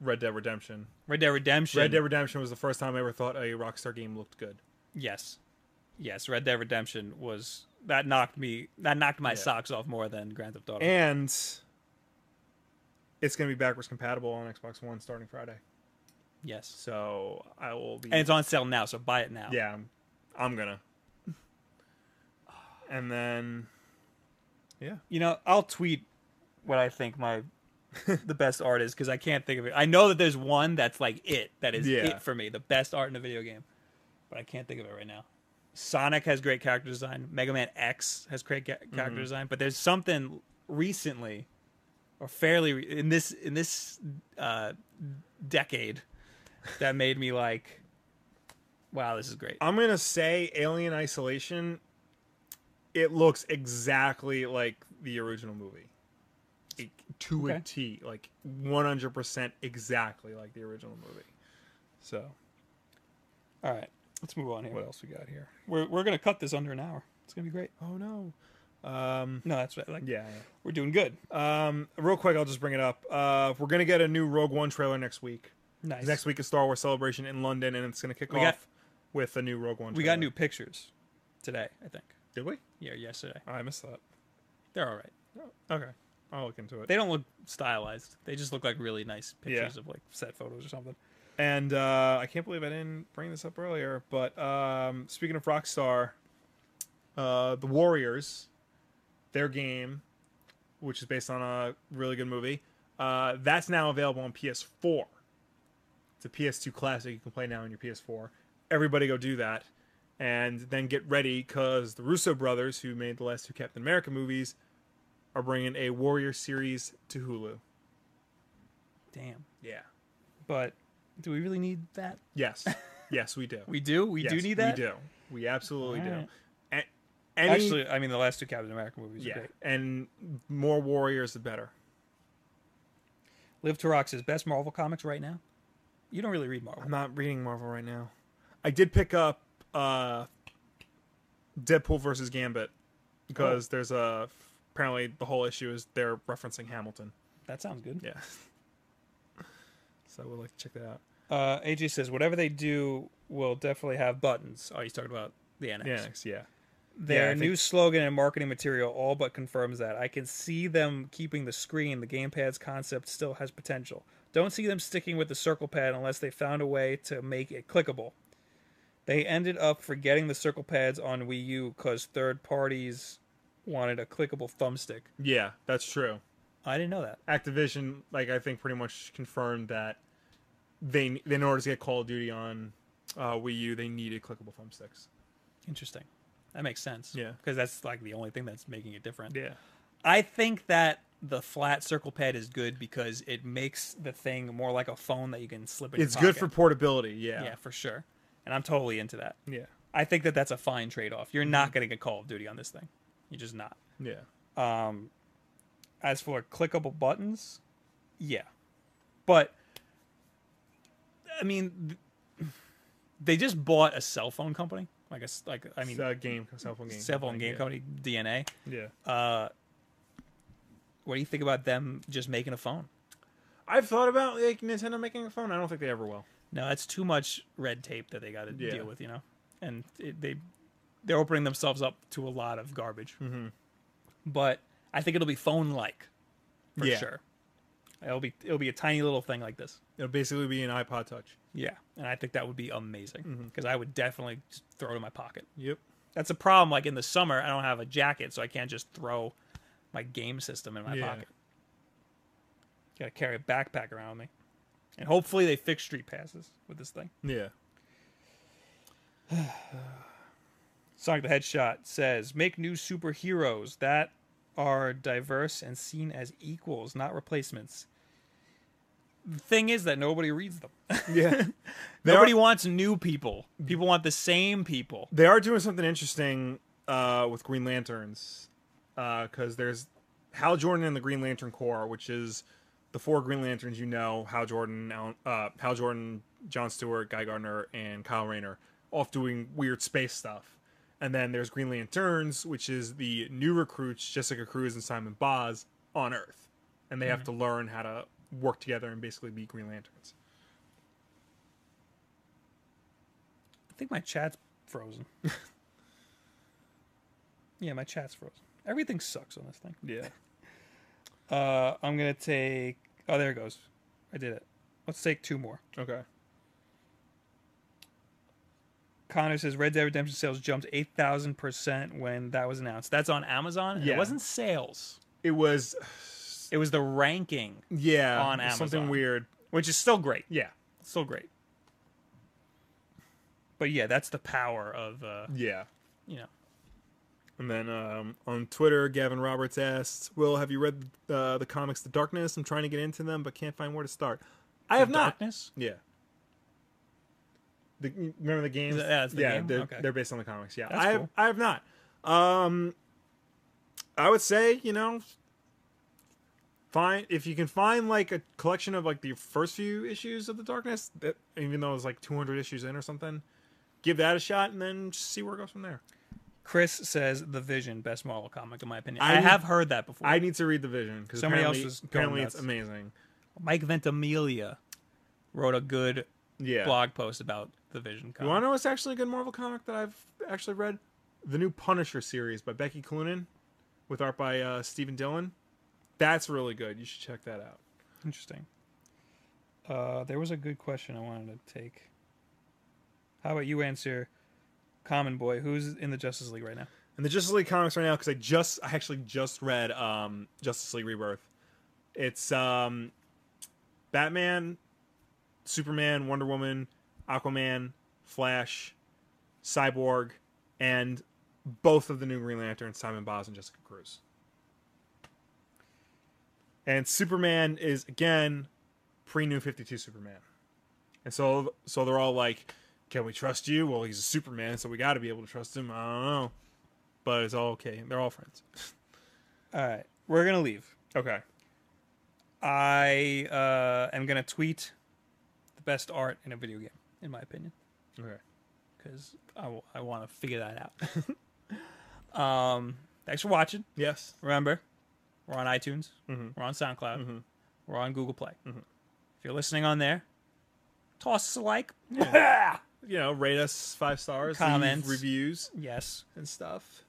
Speaker 2: Red Dead Redemption.
Speaker 1: Red Dead Redemption.
Speaker 2: Red Dead Redemption was the first time I ever thought a Rockstar game looked good.
Speaker 1: Yes, yes. Red Dead Redemption was that knocked me that knocked my
Speaker 2: Yeah.
Speaker 1: socks off more than Grand Theft Auto.
Speaker 2: And it's going to be backwards compatible on Xbox One starting Friday.
Speaker 1: yes,
Speaker 2: So I will be.
Speaker 1: and it's on sale now, so buy it now.
Speaker 2: yeah, I'm, I'm going to. And then. Yeah.
Speaker 1: You know, I'll tweet what I think my the best art is because I can't think of it. I know that there's one that's like it that is
Speaker 2: Yeah.
Speaker 1: it for me, the best art in a video game, but I can't think of it right now. Sonic has great character design. Mega Man X has great ca-
Speaker 2: Mm-hmm.
Speaker 1: character design, but there's something recently or fairly re- in this in this uh, decade that made me like, wow, this is great.
Speaker 2: I'm going to say Alien Isolation. It looks exactly like the original movie. It, to
Speaker 1: Okay.
Speaker 2: a T. Like 100% exactly like the original movie. So.
Speaker 1: All right, let's move on here.
Speaker 2: What else we got here?
Speaker 1: We're we're gonna cut this under an hour. It's gonna be great.
Speaker 2: Oh no. Um,
Speaker 1: No, that's right. Like
Speaker 2: yeah.
Speaker 1: we're doing good.
Speaker 2: Um, real quick, I'll just bring it up. Uh, we're gonna get a new Rogue One trailer next week.
Speaker 1: Nice.
Speaker 2: Next week is Star Wars Celebration in London, and it's gonna kick
Speaker 1: We
Speaker 2: off
Speaker 1: got-
Speaker 2: with a new Rogue One.
Speaker 1: we
Speaker 2: trailer.
Speaker 1: got new pictures today. I think.
Speaker 2: Did we? Oh,
Speaker 1: Yeah, yesterday.
Speaker 2: I missed that.
Speaker 1: They're all right.
Speaker 2: Okay, I'll look into it.
Speaker 1: They don't look stylized. They just look like really nice pictures
Speaker 2: Yeah.
Speaker 1: of like set photos or something.
Speaker 2: And uh, I can't believe I didn't bring this up earlier, but um, speaking of Rockstar, uh, the Warriors, their game, which is based on a really good movie, uh, that's now available on PS4. It's a PS2 classic you can play now on your PS4. Everybody go do that. And then get ready because the Russo brothers, who made the last two Captain America movies, are bringing a Warrior series to Hulu.
Speaker 1: Damn.
Speaker 2: Yeah.
Speaker 1: But do we really need that?
Speaker 2: Yes. Yes, we do.
Speaker 1: We do. We do
Speaker 2: Yes,
Speaker 1: need that.
Speaker 2: We do. We absolutely do.
Speaker 1: Alright.
Speaker 2: And, any,
Speaker 1: Actually, I mean the last two Captain America movies.
Speaker 2: yeah,
Speaker 1: Are great.
Speaker 2: and more warriors the better.
Speaker 1: Liv Turok says best Marvel comics right now. You don't really read Marvel.
Speaker 2: I'm not reading Marvel right now. I did pick up uh, Deadpool versus Gambit
Speaker 1: Oh.
Speaker 2: because there's a apparently the whole issue is they're referencing Hamilton.
Speaker 1: That sounds good.
Speaker 2: Yeah. So we'll like check that out.
Speaker 1: Uh, AJ says whatever they do will definitely have buttons. Oh, he's talking about the annex.
Speaker 2: Yeah, next, yeah.
Speaker 1: Their
Speaker 2: Yeah, I think-
Speaker 1: new slogan and marketing material all but confirms that. I can see them keeping the screen. The gamepad's concept still has potential. Don't see them sticking with the circle pad unless they found a way to make it clickable. They ended up forgetting the circle pads on Wii U because third parties wanted a clickable thumbstick.
Speaker 2: Yeah, that's true.
Speaker 1: I didn't know that.
Speaker 2: Activision, like I think, pretty much confirmed that they, in order to get Call of Duty on uh, Wii U, they needed clickable thumbsticks.
Speaker 1: Interesting. That makes sense.
Speaker 2: Yeah.
Speaker 1: Because that's like the only thing that's making it different.
Speaker 2: Yeah.
Speaker 1: I think that the flat circle pad is good because it makes the thing more like a phone that you can slip in your
Speaker 2: It's good
Speaker 1: pocket.
Speaker 2: for portability. Yeah.
Speaker 1: Yeah, for sure. And I'm totally into that.
Speaker 2: Yeah.
Speaker 1: I think that that's a fine trade off. You're not
Speaker 2: Mm-hmm.
Speaker 1: getting a Call of Duty on this thing. You're just not.
Speaker 2: Yeah.
Speaker 1: Um, as for clickable buttons, yeah. But, I mean, th- they just bought a cell phone company. Like, a, s- like I
Speaker 2: It's
Speaker 1: mean,
Speaker 2: a game, cell phone game.
Speaker 1: cell phone game company, DNA.
Speaker 2: Yeah.
Speaker 1: Uh, what do you think about them just making a phone?
Speaker 2: I've thought about like Nintendo making a phone. I don't think they ever will.
Speaker 1: No, that's too much red tape that they got to
Speaker 2: Yeah.
Speaker 1: deal with, you know. And it, they they're opening themselves up to a lot of garbage. Mm-hmm. But I think it'll be phone like for
Speaker 2: Yeah.
Speaker 1: sure. It'll be it'll be a tiny little thing like this.
Speaker 2: It'll basically be an iPod Touch.
Speaker 1: Yeah, and I think that would be amazing
Speaker 2: Mm-hmm.
Speaker 1: because I would definitely just throw it in my pocket.
Speaker 2: Yep.
Speaker 1: That's a problem. Like in the summer, I don't have a jacket, so I can't just throw my game system in my
Speaker 2: Yeah.
Speaker 1: pocket. Got to carry a backpack around with me, and hopefully they fix street passes with this thing.
Speaker 2: Yeah.
Speaker 1: Sonic the Headshot says, "Make new superheroes that are diverse and seen as equals, not replacements. The thing is that nobody reads them.
Speaker 2: Yeah. They
Speaker 1: Nobody
Speaker 2: are,
Speaker 1: wants new people. People want the same people.
Speaker 2: they are doing something interesting uh, with Green Lanterns because there's Hal Jordan and the Green Lantern Corps, which is the four Green Lanterns you know: Hal Jordan, Alan, uh, Hal Jordan, John Stewart, Guy Gardner, and Kyle Rayner, off doing weird space stuff. And then there's Green Lanterns, which is the new recruits Jessica Cruz and Simon Boz on Earth, and they
Speaker 1: Hmm.
Speaker 2: have to learn how to work together and basically be Green Lanterns.
Speaker 1: I think my chat's frozen. yeah, my chat's frozen. Everything sucks on this thing.
Speaker 2: Yeah.
Speaker 1: Uh, I'm gonna take. Oh, there it goes. I did it. Let's take two more.
Speaker 2: Okay.
Speaker 1: Connor says Red Dead Redemption sales jumped eight thousand percent when that was announced. That's on Amazon. and
Speaker 2: Yeah.
Speaker 1: It wasn't sales.
Speaker 2: It was
Speaker 1: It was the ranking,
Speaker 2: yeah
Speaker 1: On
Speaker 2: something
Speaker 1: Amazon.
Speaker 2: weird.
Speaker 1: which is still great.
Speaker 2: Yeah.
Speaker 1: Still great. But yeah, that's the power of uh,
Speaker 2: Yeah.
Speaker 1: you know.
Speaker 2: And then um, on Twitter, Gavin Roberts asks, "Will have you read uh, the comics The Darkness? I'm trying to get into them, but can't find where to start. I have not.
Speaker 1: darkness.
Speaker 2: Yeah. The, remember the games?
Speaker 1: that- that's the
Speaker 2: yeah,
Speaker 1: game?
Speaker 2: They're,
Speaker 1: Okay.
Speaker 2: they're based on the comics. Yeah,
Speaker 1: That's
Speaker 2: I have,
Speaker 1: cool.
Speaker 2: I have not. Um, I would say you know, find if you can find like a collection of like the first few issues of the Darkness, that even though it's like 200 issues in or something, give that a shot and then just see where it goes from there.
Speaker 1: Chris says the Vision best Marvel comic in my opinion.
Speaker 2: I
Speaker 1: I,
Speaker 2: need-
Speaker 1: have heard that before.
Speaker 2: I need to read the Vision because
Speaker 1: Somebody
Speaker 2: apparently,
Speaker 1: else was going
Speaker 2: apparently it's
Speaker 1: nuts.
Speaker 2: amazing.
Speaker 1: Mike Ventimiglia wrote a good
Speaker 2: Yeah.
Speaker 1: blog post about the Vision comic.
Speaker 2: You want to know what's actually a good Marvel comic that I've actually read? The new Punisher series by Becky Cloonan, with art by uh, Stephen Dillon. That's really good. You should check that out.
Speaker 1: Interesting. Uh, there was a good question I wanted to take. How about you answer, Common Boy? Who's in the Justice League right now?
Speaker 2: And the Justice League comics right now because I just I actually just read um, Justice League Rebirth. It's um, Batman, Superman, Wonder Woman, Aquaman, Flash, Cyborg, and both of the new Green Lantern, Simon Boz and Jessica Cruz. And Superman is again pre New Fifty Two Superman, and so so they're all like, "Can we trust you?" Well, he's a Superman, so we got to be able to trust him. I don't know but it's all okay. They're all friends.
Speaker 1: All right, we're gonna leave.
Speaker 2: Okay.
Speaker 1: I uh, am gonna tweet the best art in a video game, in my opinion,
Speaker 2: Okay.
Speaker 1: because I want to figure that out. um, thanks for watching.
Speaker 2: Yes.
Speaker 1: Remember, we're on iTunes,
Speaker 2: Mhm.
Speaker 1: we're on SoundCloud,
Speaker 2: Mhm.
Speaker 1: we're on Google Play. If you're listening on there, toss us a like.
Speaker 2: You know, rate us five stars, leave
Speaker 1: Comments.
Speaker 2: reviews,
Speaker 1: Yes,
Speaker 2: and stuff.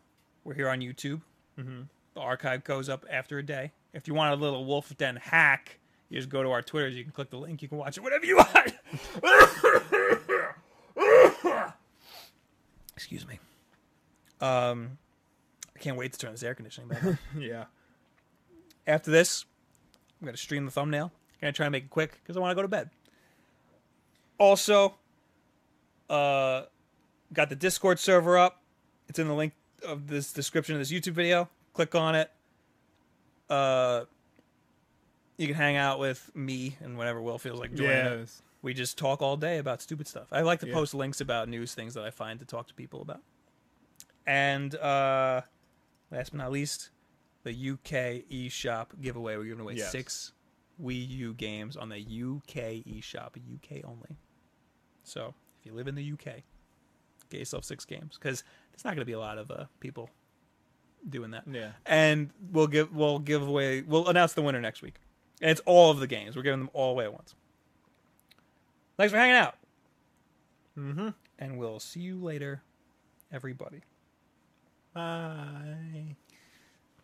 Speaker 1: we're here on YouTube. The archive goes up after a day. If you want a little Wolf Den hack, you just go to our Twitters. You can click the link. You can watch it whatever you want. Excuse me. Um, I can't wait to turn this air conditioning back. on.
Speaker 2: Yeah.
Speaker 1: after this, I'm gonna stream the thumbnail. gonna try and make it quick because I want to go to bed. Also, uh, got the Discord server up. It's in the link of this description of this YouTube video. Click on it. Uh, you can hang out with me and whatever Will feels like doing. it.
Speaker 2: Yes.
Speaker 1: We just talk all day about stupid stuff. I like to
Speaker 2: Yeah.
Speaker 1: post links about news things that I find to talk to people about. And uh, last but not least, the UK eShop giveaway. We're giving away
Speaker 2: Yes.
Speaker 1: six Wii U games on the UK eShop, UK only. So if you live in the UK, get yourself six games because there's not going to be a lot of uh, people doing that
Speaker 2: Yeah.
Speaker 1: and we'll give we'll give away we'll announce the winner next week. And it's all of the games. We're giving them all away at once. Thanks for hanging out. Mm-hmm. And we'll see you later, everybody.
Speaker 2: Bye.